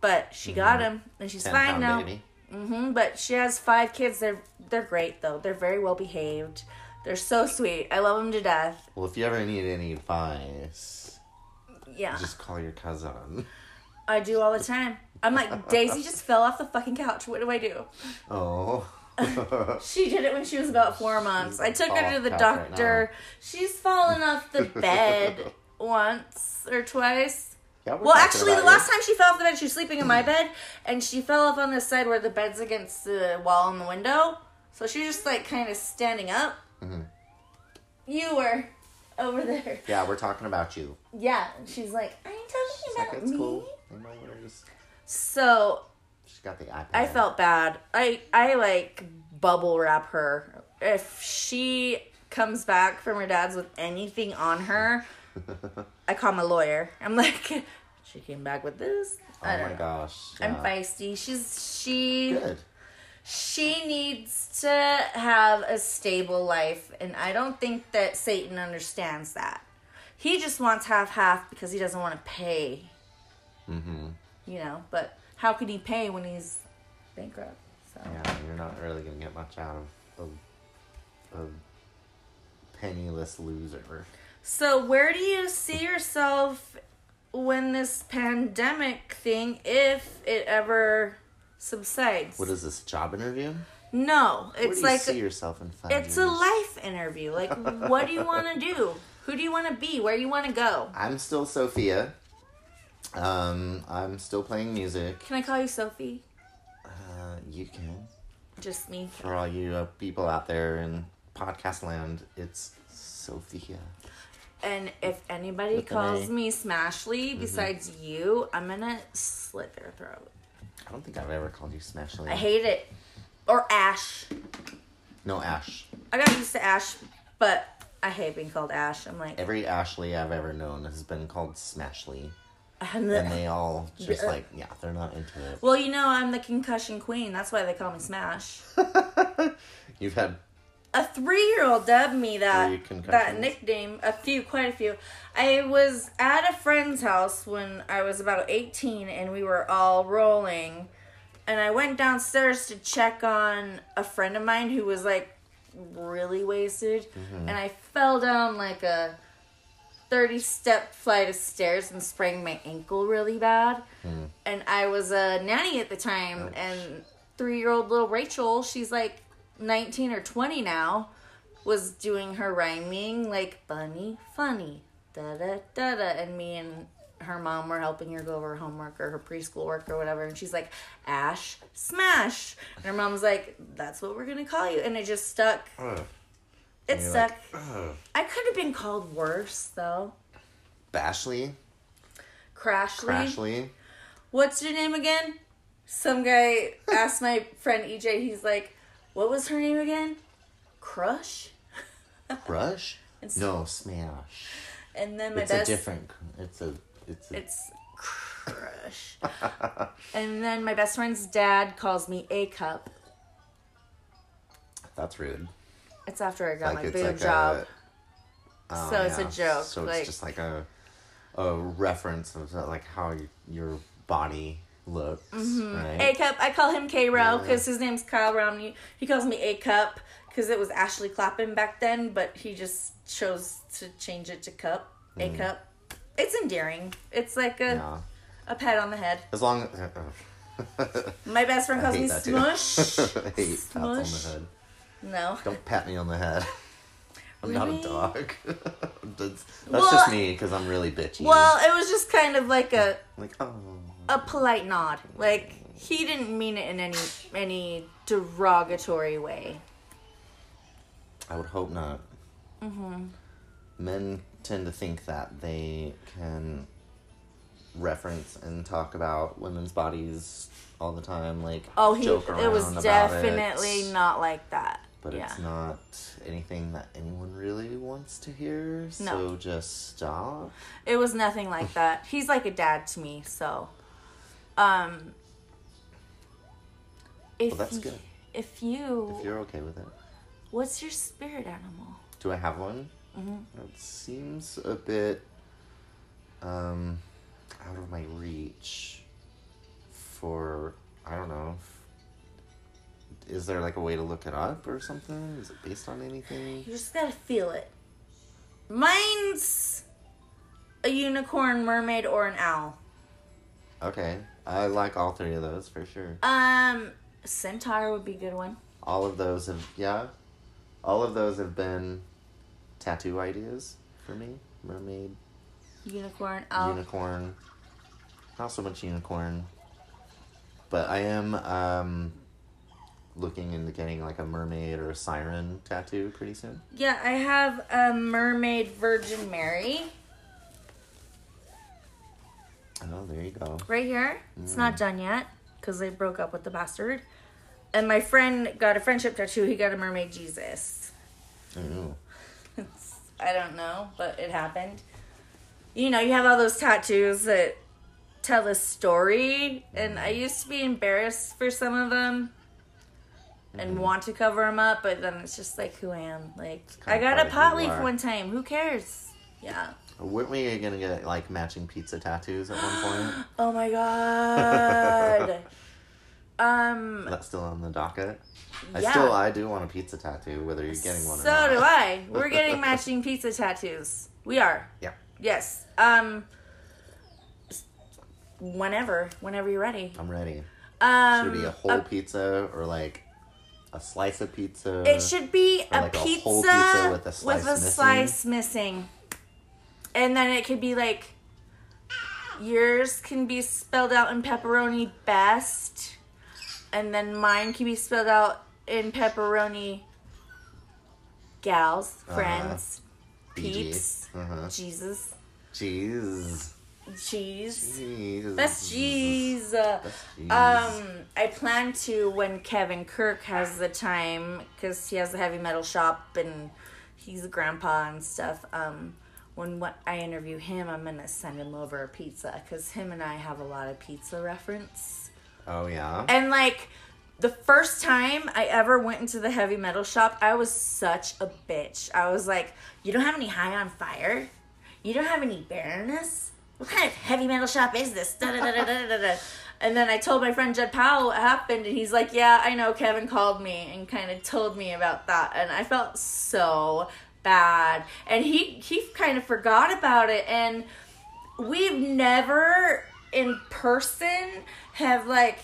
A: but she got him, and she's
B: 10
A: fine
B: Mm-hmm.
A: now.
B: pound baby.
A: Mhm, But she has five kids. They're they're great though. They're very well behaved. They're so sweet. I love them to death.
B: Well, if you ever need any advice,
A: Yeah,
B: just call your cousin. [laughs]
A: I do all the time. I'm like Daisy just fell off the fucking couch. What do I do? [laughs]
B: Oh.
A: She did it when she was about four months. I took her to
B: off
A: the
B: couch right
A: doctor. She's fallen off
B: [laughs]
A: the bed once or twice.
B: Yeah, we're
A: Well,
B: talking
A: actually, the
B: about
A: last
B: you.
A: time she fell off the bed, she was sleeping in my bed, and she fell off on the side where the bed's against the wall in the window. So she was just like kind of standing up.
B: Mm-hmm.
A: You were over there.
B: Yeah, we're talking about you.
A: Yeah, and she's like, "Are you talking
B: It's
A: about
B: like, it's
A: me?"
B: cool. They know what it is.
A: So
B: She's got the iPad. [laughs]
A: I felt bad. I I like bubble wrap her. If she comes back from her dad's with anything on her,
B: Oh
A: I call my lawyer. I'm like, [laughs] she came back with this.
B: Oh
A: I don't
B: my
A: know.
B: gosh.
A: I'm
B: yeah.
A: feisty. She's she
B: Good.
A: she needs to have a stable life, and I don't think that Satan understands that. He just wants half half because he doesn't want to pay. Mm-hmm. You know, but how could he pay when he's bankrupt? So
B: Yeah, you're not really gonna get much out of a, a penniless loser.
A: So, where do you see yourself when this pandemic thing, if it ever subsides?
B: What is this job interview?
A: no,
B: Where do
A: it's
B: you
A: like
B: see yourself in five
A: it's a
B: years?
A: life interview. Like, what do you want to do? Who do you want to be? Where you want to go?
B: I'm still Sophia. Um, I'm still playing music.
A: Can I call you Sophie?
B: Uh, you can.
A: Just me.
B: For all you uh, people out there in podcast land, it's Sophia.
A: And if anybody
B: With an
A: calls
B: A. Mm-hmm.
A: me Smashly besides you, I'm gonna slit their throat.
B: I don't think I've ever called you Smashly.
A: I hate it. Or Ash.
B: no Ash.
A: I got used to Ash, but I hate being called Ash. I'm like,
B: Every Ashley I've ever known has been called Smashly,
A: I'm
B: and
A: the,
B: they all just
A: Yeah.
B: like yeah, they're not into it.
A: well, you know, I'm the concussion queen. That's why they call me Smash.
B: You've had
A: a three-year-old dubbed me
B: Three
A: that
B: concussions?
A: that nickname. A few, quite a few. I was at a friend's house when I was about eighteen, and we were all rolling. And I went downstairs to check on a friend of mine who was like really wasted,
B: Mm-hmm.
A: and I fell down like a thirty-step flight of stairs and sprained my ankle really bad.
B: Hmm.
A: And I was a nanny at the time, and three-year-old little Rachel, she's like nineteen or twenty now was doing her rhyming like bunny funny da da da da and me and her mom were helping her go over her homework or her preschool work or whatever and she's like ash smash and her mom's like that's what we're gonna call you and it just stuck
B: ugh,
A: it
B: you're
A: stuck
B: like, ugh.
A: i could have been called worse though
B: Bashley,
A: crashly
B: Crashly.
A: what's your name again some guy asked my friend ej he's like what was her name again crush
B: Brush?
A: It's-
B: No, smash.
A: and then my
B: It's a
A: best
B: different. It's a. It's a.
A: It's crush. and then my best friend's dad calls me A cup.
B: that's rude.
A: It's after I got
B: Like,
A: my
B: it's
A: boob
B: like
A: job.
B: a- Oh,
A: So it's a
B: yeah.
A: joke,
B: So
A: like-
B: it's just like a, a reference of uh, like how y- your body looks, right?
A: A cup. I call him K Row because his name's Kyle Romney. He calls me A cup because it was Ashley Clapham back then, but he just chose to change it to cup.
B: Mm.
A: A cup. It's endearing. It's like a
B: yeah.
A: a pat on the head.
B: As long as. Uh, uh, [laughs]
A: My best friend
B: I
A: calls me
B: hate that too.
A: Smush.
B: [laughs] I hate pats on the
A: Smush.
B: head.
A: no.
B: Don't pat me on the head. I'm not a
A: Really?
B: dog. [laughs] that's that's
A: Well,
B: just me because I'm really bitchy.
A: Well, it was just kind of like a
B: like oh,
A: a polite nod. Like he didn't mean it in any any derogatory way.
B: I would hope not. Mm-hmm. Men tend to think that they can reference and talk about women's bodies all the time, like
A: Oh, he
B: joke
A: it was
B: around about it.
A: definitely not like that.
B: But
A: yeah.
B: it's not anything that anyone really wants to hear. So just stop.
A: It was nothing like
B: [laughs]
A: that. He's like a dad to me, so um if
B: Well, that's
A: y-
B: good.
A: If you
B: If you're okay with it.
A: what's your spirit animal?
B: Do I have one? That seems a bit um, out of my reach. For I don't know. if- Is there like a way to look it up or something? Is it based on anything?
A: You just gotta feel it. Mine's a unicorn, mermaid, or an owl.
B: Okay, I like all three of those for sure.
A: Um centaur would be a good one.
B: All of those have yeah, all of those have been tattoo ideas for me. Mermaid,
A: Unicorn, owl.
B: unicorn. Not so much unicorn. But I am um looking into getting like a mermaid or a siren tattoo pretty soon?
A: Yeah, I have a mermaid Virgin Mary
B: Oh, there you go.
A: right here. It's not done yet because I broke up with the bastard. And my friend got a friendship tattoo. He got a mermaid Jesus.
B: Ooh.
A: It's, [laughs] I don't know, but it happened. You know, you have all those tattoos that tell a story, and
B: Mm-hmm.
A: I used to be embarrassed for some of them
B: Mm-hmm.
A: and want to cover them up, but then it's just like who I am. Like, I
B: kinda
A: got a
B: like
A: pot
B: who you
A: leaf
B: are.
A: one time. Who cares? Yeah.
B: [laughs] Weren't we gonna get like matching pizza tattoos at one
A: [gasps]
B: point?
A: Oh [laughs] my god. um.
B: That's still on the docket. I
A: Yeah.
B: still I do want a pizza tattoo, whether you're getting one or
A: So
B: not.
A: do
B: [laughs]
A: I. We're getting matching pizza tattoos. We are.
B: Yeah.
A: Yes. Um. Whenever, whenever you're ready.
B: I'm ready.
A: Um,
B: Should it be a whole
A: a-
B: pizza or like a slice of pizza?
A: it should be
B: uh, Or
A: a,
B: like a
A: pizza
B: whole pizza with a slice
A: with a
B: missing?
A: slice missing. And then it could be like yours can be spelled out in pepperoni best, and then mine can be spelled out in pepperoni gals, friends, peeps,
B: Uh-huh.
A: Jesus,
B: Cheese.
A: cheese.
B: Cheese.
A: That's cheese. Uh,
B: Cheese.
A: Um, I plan to when Kevin Kirk has the time because he has a heavy metal shop and he's a grandpa and stuff. Um, when what I interview him, I'm gonna send him over a pizza because him and I have a lot of pizza reference.
B: oh yeah.
A: And like the first time I ever went into the heavy metal shop, I was such a bitch. I was like, "You don't have any high on fire. You don't have any barrenness. What kind of heavy metal shop is this?" Da, da, da, da, da, da, da. And then I told my friend Jed Powell what happened, and he's like, "Yeah, I know. Kevin called me and kind of told me about that, and I felt so bad. And he he kind of forgot about it, and." we've never in person have like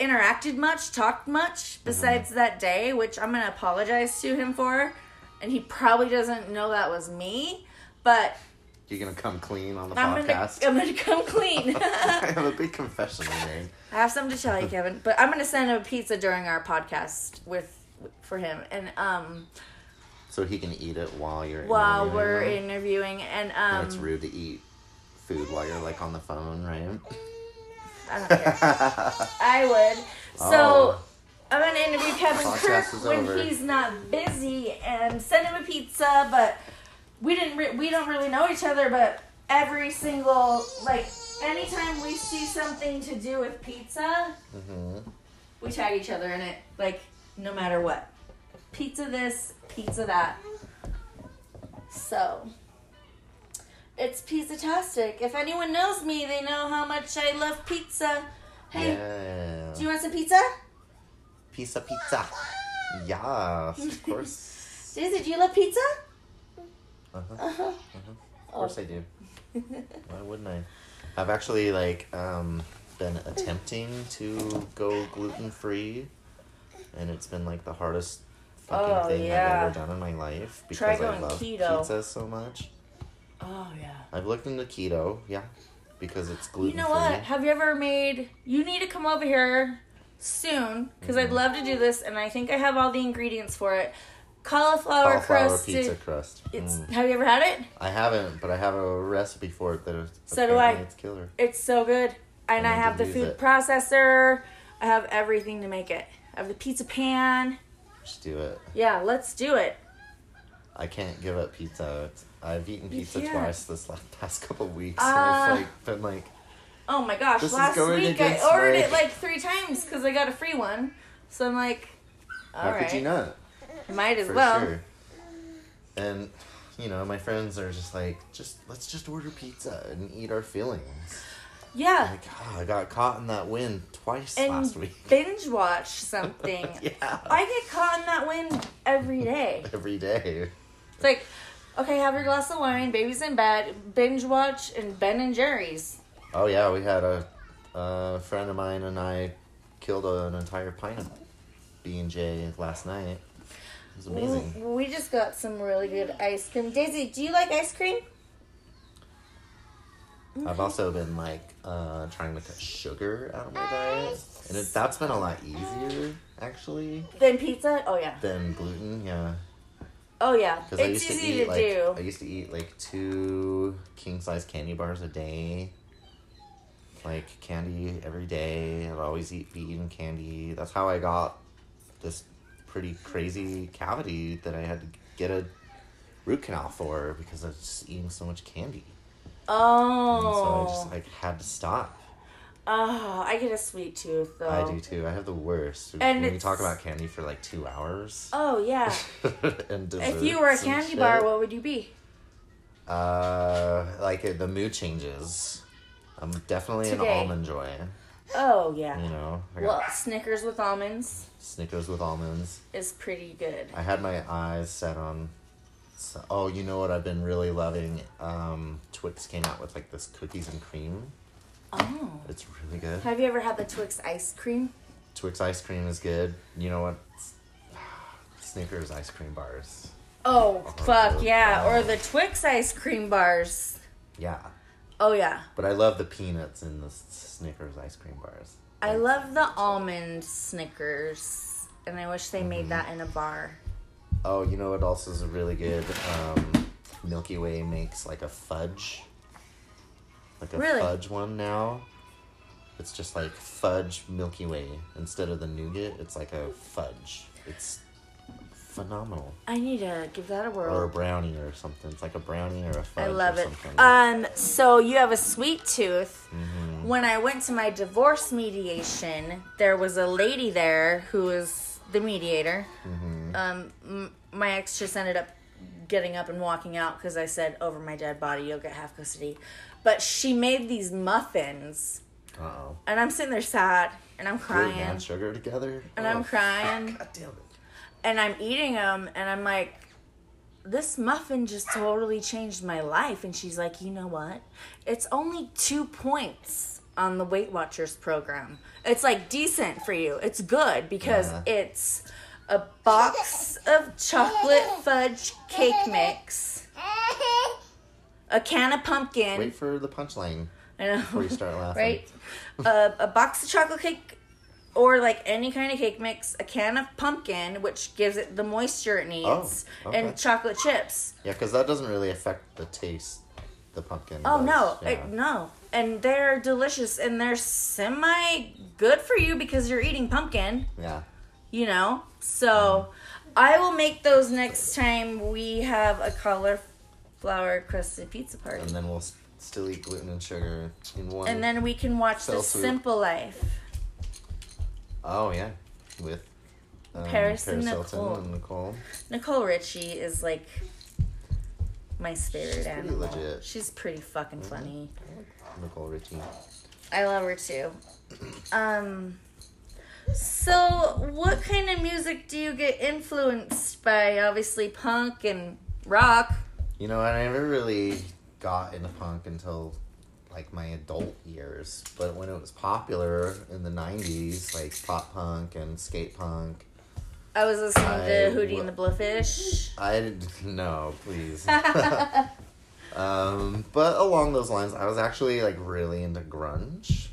A: interacted much, talked much besides that day, which I'm gonna apologize to him for. And he probably doesn't know that was me, but
B: You're gonna come clean on the
A: I'm gonna,
B: podcast.
A: I'm gonna come clean. [laughs] I
B: [laughs] I have a big confession to make.
A: have something to tell you, Kevin. But I'm gonna send him a pizza during our podcast with for him. And um
B: So he can eat it while you're
A: while
B: interviewing
A: we're
B: him.
A: interviewing and
B: No,
A: um
B: it's rude to eat food while you're like on the phone, right?
A: I don't care.
B: [laughs]
A: I would. So
B: Oh.
A: I'm gonna interview Kevin
B: Podcast
A: Kirk
B: is
A: when
B: over.
A: he's not busy and send him a pizza. But we didn't. Re- we don't really know each other. But every single like anytime we see something to do with pizza,
B: Mm-hmm.
A: we tag each other in it. Like no matter what, pizza this, pizza that. So. It's pizza tastic. If anyone knows me, they know how much I love pizza. Hey,
B: Yeah.
A: do you want some pizza?
B: Pizza, pizza. Yes,
A: [laughs]
B: of course.
A: Daisy, do you love pizza?
B: Uh-huh.
A: [laughs] Uh-huh.
B: Of course I do. Why wouldn't I? I've actually like um, been attempting to go gluten free, and it's been like the hardest fucking
A: Oh,
B: thing
A: yeah.
B: I've ever done in my life because
A: Try
B: I
A: going
B: love
A: keto.
B: pizza so much.
A: Oh yeah.
B: I've looked into keto, yeah, because it's gluten free.
A: You know what? Have you ever made? You need to come over here soon because I'd love to do this, and I think I have all the ingredients for it. Cauliflower,
B: Cauliflower
A: crust.
B: pizza crust.
A: It's.
B: Mm.
A: Have you ever had it?
B: I haven't, but I have a recipe for it that is
A: So do I.
B: apparently It's killer.
A: It's so good, and
B: I
A: I
B: need
A: have
B: to
A: the
B: use
A: food
B: it.
A: processor. I have everything to make it. I have the pizza pan.
B: Just do it.
A: Yeah, let's do it.
B: I can't give up pizza. It's- I've eaten
A: You
B: pizza
A: can't.
B: twice this last [laughs] past couple weeks, and
A: Uh,
B: it's like been like
A: Oh my gosh,
B: This is
A: last
B: going
A: week I
B: against
A: ordered
B: my-
A: it like three times because I got a free one. So I'm like,
B: How
A: alright,
B: could you not?
A: might as
B: For
A: well.
B: sure. And you know, my friends are just like, just let's just order pizza and eat our feelings.
A: Yeah,
B: Like, oh, I got caught in that wind twice
A: and
B: last week. [laughs]
A: binge watch something.
B: yeah.
A: I get caught in that wind every day.
B: Every day.
A: It's like, okay, have your glass of wine, baby's in bed, binge watch, and Ben and Jerry's.
B: Oh yeah, we had a, a friend of mine and I killed an entire pint of B and J last night. It was amazing.
A: We, we just got some really good ice cream. Daisy, do you like ice cream?
B: I've also been like uh, trying to cut sugar out of my diet, and it, that's been a lot easier actually
A: Then pizza? Oh, yeah.
B: than gluten. Yeah,
A: Oh, yeah.
B: because I
A: It's
B: used to
A: easy
B: eat
A: to,
B: like
A: do.
B: I used to eat like two king size candy bars a day, like candy every day. I'd always eat be eating candy. That's how I got this pretty crazy cavity that I had to get a root canal for because I was just eating so much candy. And so I
A: Oh.
B: just like had to stop.
A: oh, I get a sweet tooth, though.
B: I do too. I have the worst.
A: And
B: when we talk
A: it's-
B: about candy for like two hours
A: Oh, yeah.
B: [laughs] and
A: if you were a
B: desserts and
A: candy
B: shit.
A: bar, what would you be?
B: uh, like uh, the mood changes. I'm definitely
A: Today.
B: an almond joy.
A: Oh, yeah.
B: You know, I got
A: Well, Snickers with almonds
B: Snickers with almonds.
A: is pretty good.
B: I had my eyes set on. So, oh, you know what I've been really loving? Um, Twix came out with like this cookies and cream.
A: Oh.
B: It's really good.
A: Have you ever had the Twix ice cream?
B: Twix ice cream is good. You know what? [sighs] Snickers ice cream bars.
A: Oh, fuck
B: good.
A: yeah. Or the Twix ice cream bars.
B: Yeah.
A: Oh, yeah.
B: But I love the peanuts in the S- Snickers ice cream bars.
A: I love the almond Snickers. And I wish they
B: Mm-hmm.
A: made that in a bar.
B: Oh, you know what else is really good? Um, Milky Way makes like a fudge. Like a
A: Really?
B: fudge one now. It's just like fudge Milky Way. Instead of the nougat, it's like a fudge. It's phenomenal.
A: I need to give that a
B: Or a
A: whirl.
B: brownie or something. It's like a brownie or a fudge.
A: I love
B: or
A: it.
B: something. Mm-hmm.
A: Um, so you have a sweet tooth. When I went to my divorce mediation, there was a lady there who was the mediator. Um, m- my ex just ended up getting up and walking out because I said, "Over my dead body, you'll get half custody." But she made these muffins,
B: Uh-oh.
A: and I'm sitting there sad, and I'm
B: Gluten
A: crying,
B: and sugar together? Oh.
A: and I'm crying
B: God damn it.
A: and I'm eating them, and I'm like, this muffin just totally changed my life. And she's like, you know what? It's only two points on the Weight Watchers program. It's like decent for you. It's good because
B: Yeah.
A: it's a box of chocolate fudge cake mix, a can of pumpkin.
B: Wait for the punchline
A: I know.
B: before you start laughing.
A: right? uh, a box of chocolate cake or like any kind of cake mix, a can of pumpkin, which gives it the moisture it needs,
B: Oh, okay.
A: and chocolate chips.
B: Yeah, because that doesn't really affect the taste, the pumpkin.
A: Oh
B: does,
A: no,
B: yeah.
A: it- no. And they're delicious and they're semi good for you because you're eating pumpkin,
B: Yeah.
A: you know?
B: Mm-hmm.
A: So I will make those next time we have a cauliflower crusted pizza party.
B: and then we'll s- still eat gluten and sugar in one.
A: And then we can watch The
B: Cell soup.
A: Simple Life.
B: oh yeah, with um,
A: Paris and
B: Hilton
A: Nicole.
B: and Nicole.
A: Nicole Richie is like my favorite
B: pretty
A: animal.
B: legit.
A: She's pretty fucking
B: Mm-hmm.
A: funny.
B: Nicole Richie.
A: I love her too. Um so what kind of music do you get influenced by? Obviously punk and rock.
B: You know, I never really got into punk until like my adult years, but when it was popular in the '90s, like pop punk and skate punk,
A: I was listening
B: I
A: to Hootie
B: wa-
A: and the Blowfish.
B: I didn't [laughs] no,
A: [laughs]
B: please. [laughs] um, but along those lines, I was actually like really into grunge.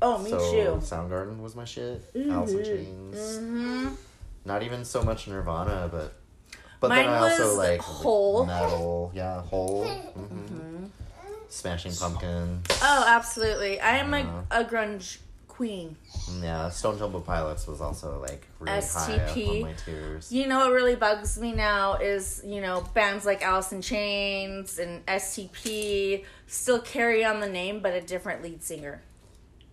A: Oh, me
B: so
A: too. Mm-hmm.
B: Soundgarden was my shit. Alice in Chains.
A: Mhm.
B: Not even so much Nirvana, but but
A: Mine
B: then I also
A: was
B: like
A: Hole. Mm-hmm.
B: metal. Yeah, Hole. hmm Smashing Pumpkins.
A: Oh, absolutely. I am
B: Uh-huh.
A: a, a grunge queen.
B: Mm, Yeah, Stone Temple Pilots was also like really high up
A: STP.
B: on my tiers.
A: You know what really bugs me now is, you know, bands like Alice in Chains and STP still carry on the name but a different lead singer.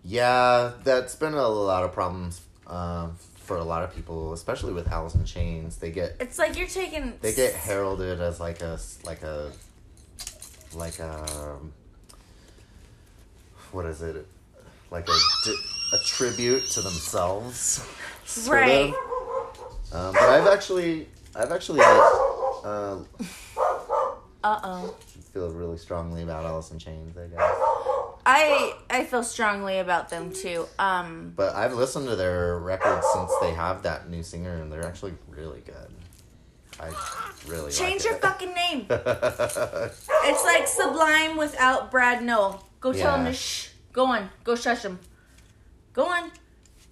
B: Yeah, that's been a lot of problems um, for a lot of people, especially with Alice in Chains. They get
A: It's like you're taking
B: they get heralded as like a like a like a what is it like a di- a tribute to themselves sort of.
A: Right.
B: um, but i've actually i've actually uh,
A: Uh-oh.
B: feel really strongly about alice in chains i guess
A: I I feel strongly about them too. Um
B: but i've listened to their records since they have that new singer and they're actually really good i really [laughs]
A: change your
B: like
A: fucking name. it's like Sublime without Brad Noel. Go tell him
B: Yeah.
A: to shh. Go on. Go shush him. Go on.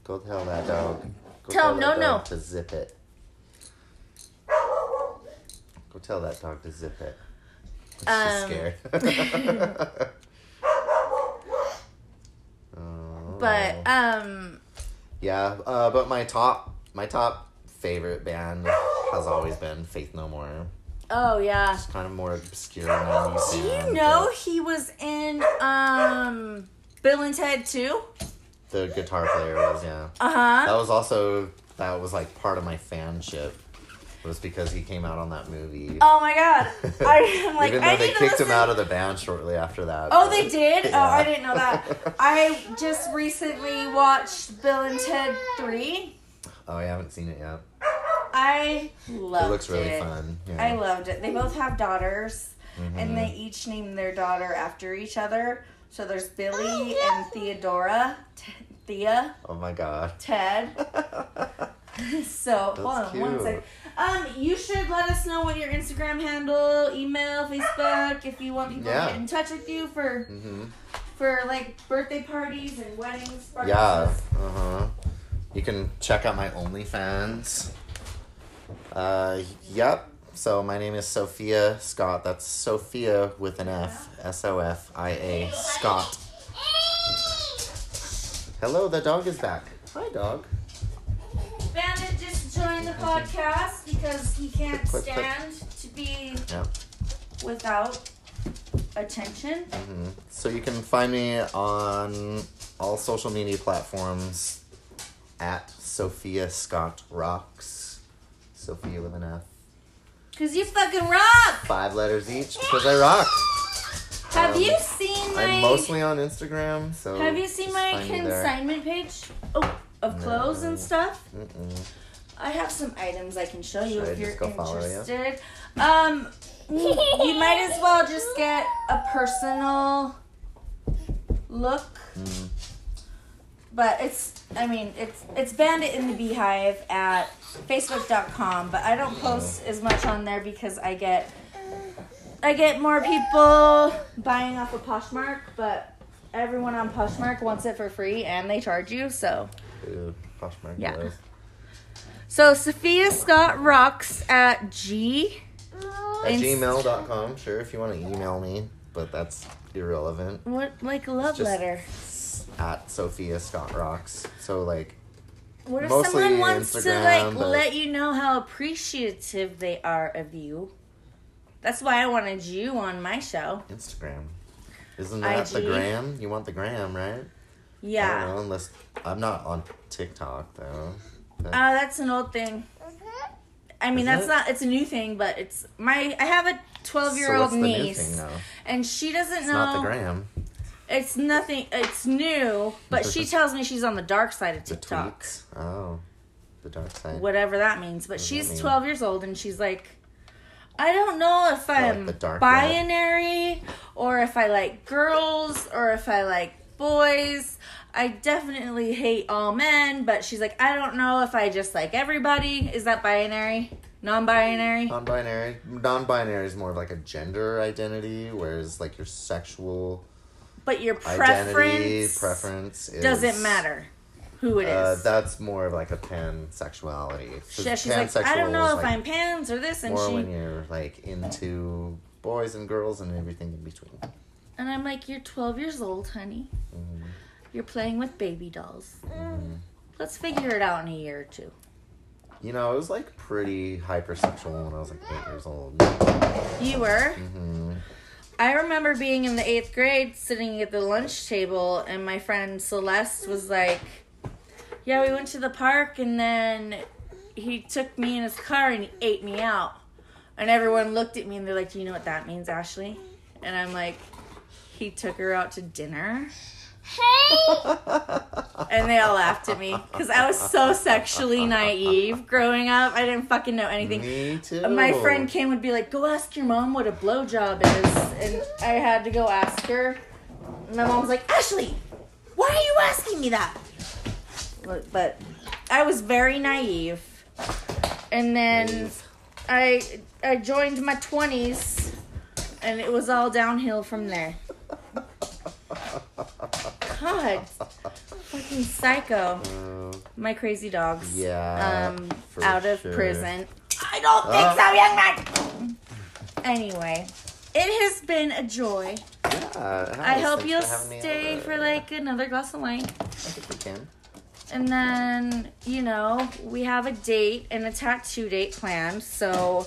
B: Go tell that dog. Go
A: Tell him no,
B: that
A: no.
B: dog To zip it. Go tell that dog to zip it. She's
A: Um,
B: scared.
A: [laughs] But um,
B: Oh. yeah, uh, but my top, my top favorite band has always been Faith No More.
A: oh yeah.
B: Kind of more
A: [laughs]
B: obscure. 90s
A: Do you
B: band,
A: know he was in um Bill and Ted too?
B: but The guitar player was yeah.
A: Uh huh.
B: That was also that was like part of my fanship. Was because he came out on that movie.
A: Oh my god. [laughs]
B: [laughs]
A: I, I'm like
B: Even
A: I
B: though they
A: need to
B: kicked
A: listen.
B: him out of the band shortly after that.
A: Oh,
B: but- [laughs]
A: they did? Oh, I
B: Yeah.
A: didn't know
B: [laughs]
A: that. I just recently watched Bill and Ted 3.
B: Oh, I haven't seen it yet.
A: I loved
B: it looks really
A: it.
B: fun. Yeah. Mm-hmm.
A: I loved it. They both have daughters, and they each name their daughter after each other. So there's Billy and Theodora, T- Thea,
B: oh my god. [laughs] Mm-hmm.
A: Ted. So hold on
B: That's
A: one second.
B: cute.
A: Um, you should let us know what your Instagram handle, email, Facebook, if you want people
B: Yeah.
A: to get in touch with you for for like birthday parties and weddings. bar
B: yeah.
A: mitzvahs.
B: Uh huh. You can check out my OnlyFans. Uh, yep. So my name is Sophia Scott. That's Sophia with an F. S O F I A Scott. Hello, the dog is back. Hi, dog.
A: Bandit just joined the podcast because he can't
B: Click, click, click.
A: stand to be
B: Yep.
A: without attention.
B: Mm-hmm. So you can find me on all social media platforms at Sophia Scott Rocks. Sophia with an F.
A: Cause you fucking rock.
B: Five letters each because I rock.
A: Have you seen my?
B: I'm Um, mostly on Instagram, so.
A: have you seen
B: just
A: my
B: find me there.
A: consignment page? Oh, of clothes
B: No.
A: and stuff.
B: Mm-mm.
A: I have some items I can show you
B: Should I
A: if you're
B: just go follow you?
A: interested. Um, mm, you might as well just get a personal look.
B: Mm.
A: But it's, I mean, it's it's Bandit in the Beehive at Facebook.com. But I don't post
B: Mm-hmm.
A: as much on there because I get I get more people buying off of Poshmark. But everyone on Poshmark wants it for free and they charge you. So.
B: Ooh, Poshmark
A: Yeah.
B: gloves.
A: So Sophia Scott rocks at G.
B: At
A: Inst-
B: gmail.com, sure, if you want to email me, but that's irrelevant.
A: What like a love
B: It's just-
A: letter?
B: At Sophia Scott Rocks. So, like,
A: What if
B: mostly
A: someone wants to like
B: Instagram, but-
A: let you know how appreciative they are of you? That's why I wanted you on my show.
B: Instagram. Isn't that the
A: IG?
B: gram? You want the gram, right? I don't
A: Yeah.
B: know, unless I'm not on TikTok though.
A: Oh, that's an old thing. I mean,
B: Isn't
A: that's
B: it?
A: not. It's a new thing, but it's my. I have a twelve-year-old niece,
B: now?
A: and she doesn't
B: It's
A: know.
B: not the gram.
A: It's nothing. It's new, but
B: [laughs]
A: she tells me she's on the dark side of
B: The
A: TikTok.
B: tweets. Oh, the dark side.
A: whatever that means. But
B: does that
A: she's
B: mean?
A: 12 years old and she's like, I don't know if
B: like
A: I'm
B: the dark web.
A: binary or if I like girls or if I like boys. I definitely hate all men, but she's like, I don't know if I just like everybody. Is that binary? Non binary?
B: Uh, Non-binary. Non-binary is more of like a gender identity, whereas like your sexual
A: But your preference,
B: identity preference is,
A: doesn't matter who it is.
B: Uh, that's more of like a pansexuality. 'Cause
A: yeah, she's like, I
B: pansexual
A: don't know
B: is,
A: if
B: like,
A: I'm pans or this. And
B: more
A: she,
B: when you're like into boys and girls and everything in between.
A: And I'm like, you're 12 years old, honey. You're playing with baby dolls. Let's figure it out in a year or two.
B: You know, I was like pretty hypersexual when I was like eight years old.
A: You were?
B: hmm
A: I remember being in the eighth grade sitting at the lunch table, and my friend Celeste was like, Yeah, we went to the park, and then he took me in his car and he ate me out. And everyone looked at me and they're like, Do you know what that means, Ashley? And I'm like, He took her out to dinner. and they all laughed at me because I was so sexually naive growing up. I didn't fucking know anything.
B: Me too.
A: Uh, My friend Kim would be like, "Go ask your mom what a blowjob is," and I had to go ask her. My mom was like, "Ashley, why are you asking me that?" But, but I was very naive, and then I I joined my twenties, and it was all downhill from there. God, fucking psycho.
B: Uh,
A: My crazy dogs.
B: yeah.
A: Um,
B: Uh, for
A: out of
B: sure. Ah.
A: prison. I don't think so, young man. Anyway, it has been a joy.
B: Yeah,
A: I
B: nice.
A: hope
B: Thanks
A: you'll
B: for having me
A: stay
B: over.
A: for like another glass of wine.
B: I think we can.
A: And then, you know, we have a date and a tattoo date planned. So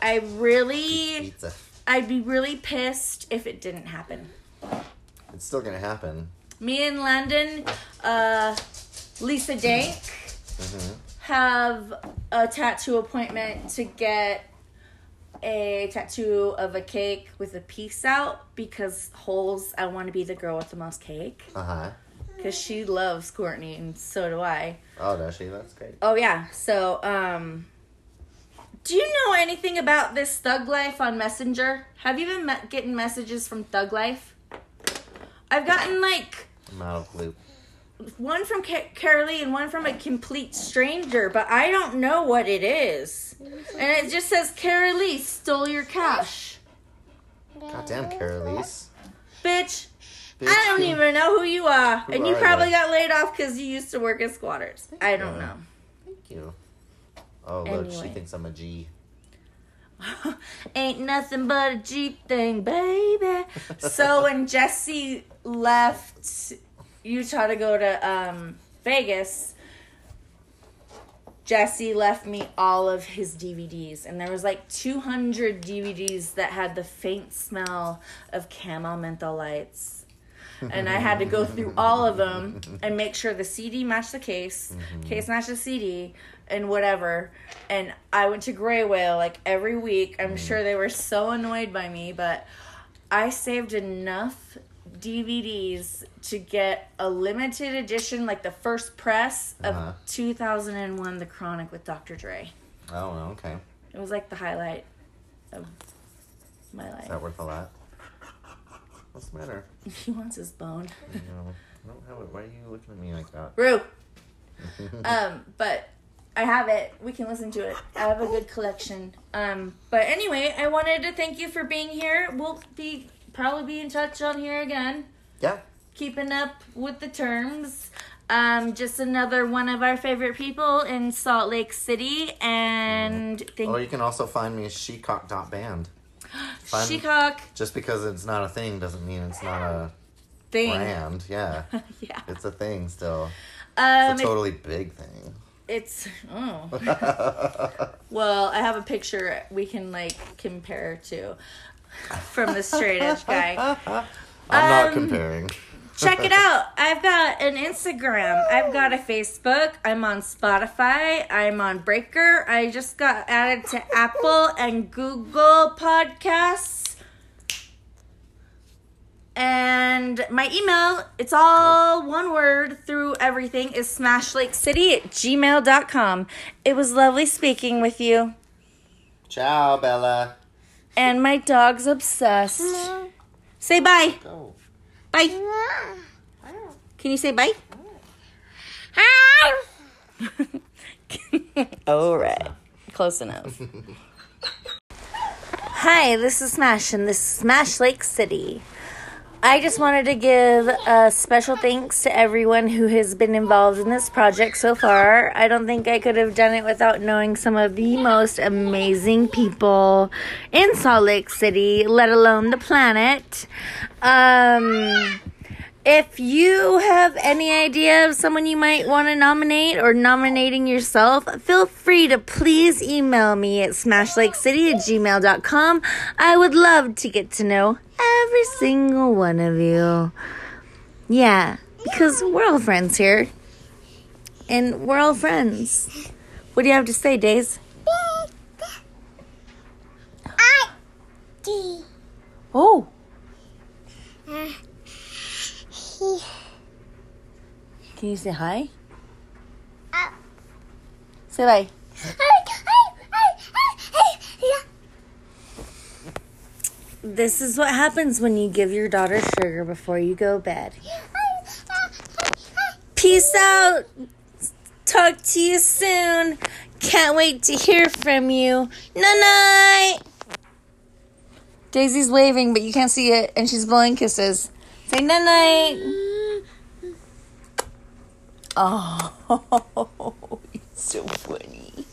A: I really,
B: Pizza.
A: I'd be really pissed if it didn't happen.
B: It's still gonna happen.
A: Me and Landon, uh, Lisa Dank
B: Mhm.
A: have a tattoo appointment to get a tattoo of a cake with a piece out because holes, I want to be the girl with the most cake.
B: Uh huh.
A: Because she loves Courtney and so do I.
B: Oh, does she? That's great.
A: Oh yeah. So, um do you know anything about this thug life on Messenger? Have you been me- getting messages from thug life? I've gotten like
B: I'm out of loop.
A: one from Ca- Carly and one from a complete stranger, but I don't know what it is. And it just says Carolee stole your cash.
B: Goddamn, Carolise.
A: Bitch,
B: Bitch,
A: I don't
B: you-
A: even know who you are. and you
B: are
A: probably
B: you?
A: got laid off because you used to work as squatters. I don't know.
B: Thank you. Oh, look, she
A: Anyway.
B: thinks I'm a G.
A: [laughs] Ain't nothing but a G thing, baby. so when Jesse left Utah to go to um, Vegas, Jesse left me all of his DVDs, and there was like 200 DVDs that had the faint smell of chamomile menthol lights. And I had to go through all of them and make sure the CD matched the case, case matched the CD, and whatever. And I went to Gray Whale like every week. I'm sure they were so annoyed by me, but I saved enough DVDs to get a limited edition, like the first press of
B: Uh-huh.
A: 2001 The Chronic with Dr. Dre.
B: Oh, okay. Is
A: It was like the highlight of my life.
B: that worth a lot? What's the matter?
A: [laughs] he wants his bone.
B: You know, I don't have it. Why are you looking at me like that?
A: Rue! um, but I have it. We can listen to it. I have a good collection. Um, but anyway, I wanted to thank you for being here. We'll be probably be in touch on here again.
B: [laughs] Yeah.
A: keeping up with the terms. Um, just another one of our favorite people in Salt Lake City, and
B: Or
A: thank
B: you can also find me at shecock.band. Fun.
A: Shecock.
B: Just because it's not a thing doesn't mean it's not a
A: Thing,
B: brand. Yeah.
A: [laughs] yeah.
B: It's a thing still.
A: Um,
B: It's a totally big thing. [laughs]
A: it's oh. well, I have a picture we can like compare to from the straight edge
B: [laughs]
A: guy.
B: I'm not
A: Um,
B: comparing.
A: Check it out. I've got an Instagram. I've got a Facebook. I'm on Spotify. I'm on Breaker. I just got added to Apple and Google Podcasts. And my email, it's all one word through everything, is smashlakecity at gmail.com. It was lovely speaking with you.
B: Ciao, Bella.
A: And my dog's obsessed. Say bye.
B: Go.
A: Bye. Can you say bye? [laughs] All right. Close enough. [laughs] Hi, this is Smash, and this is Smash Lake City. I just wanted to give a special thanks to everyone who has been involved in this project so far. I don't think I could have done it without knowing some of the most amazing people in Salt Lake City, let alone the planet. Um, if you have any idea of someone you might want to nominate or nominating yourself, feel free to please email me at smashlakecity at gmail.com. I would love to get to know every single one of you. Yeah, because we're all friends here. And we're all friends. What do you have to say, Days? Oh, can you say hi? Say bye. This is what happens when you give your daughter sugar before you go bed. Peace out. Talk to you soon. Can't wait to hear from you. Night night. [laughs] Daisy's waving, but you can't see it, and she's blowing kisses. Say night night. Oh, it's so funny.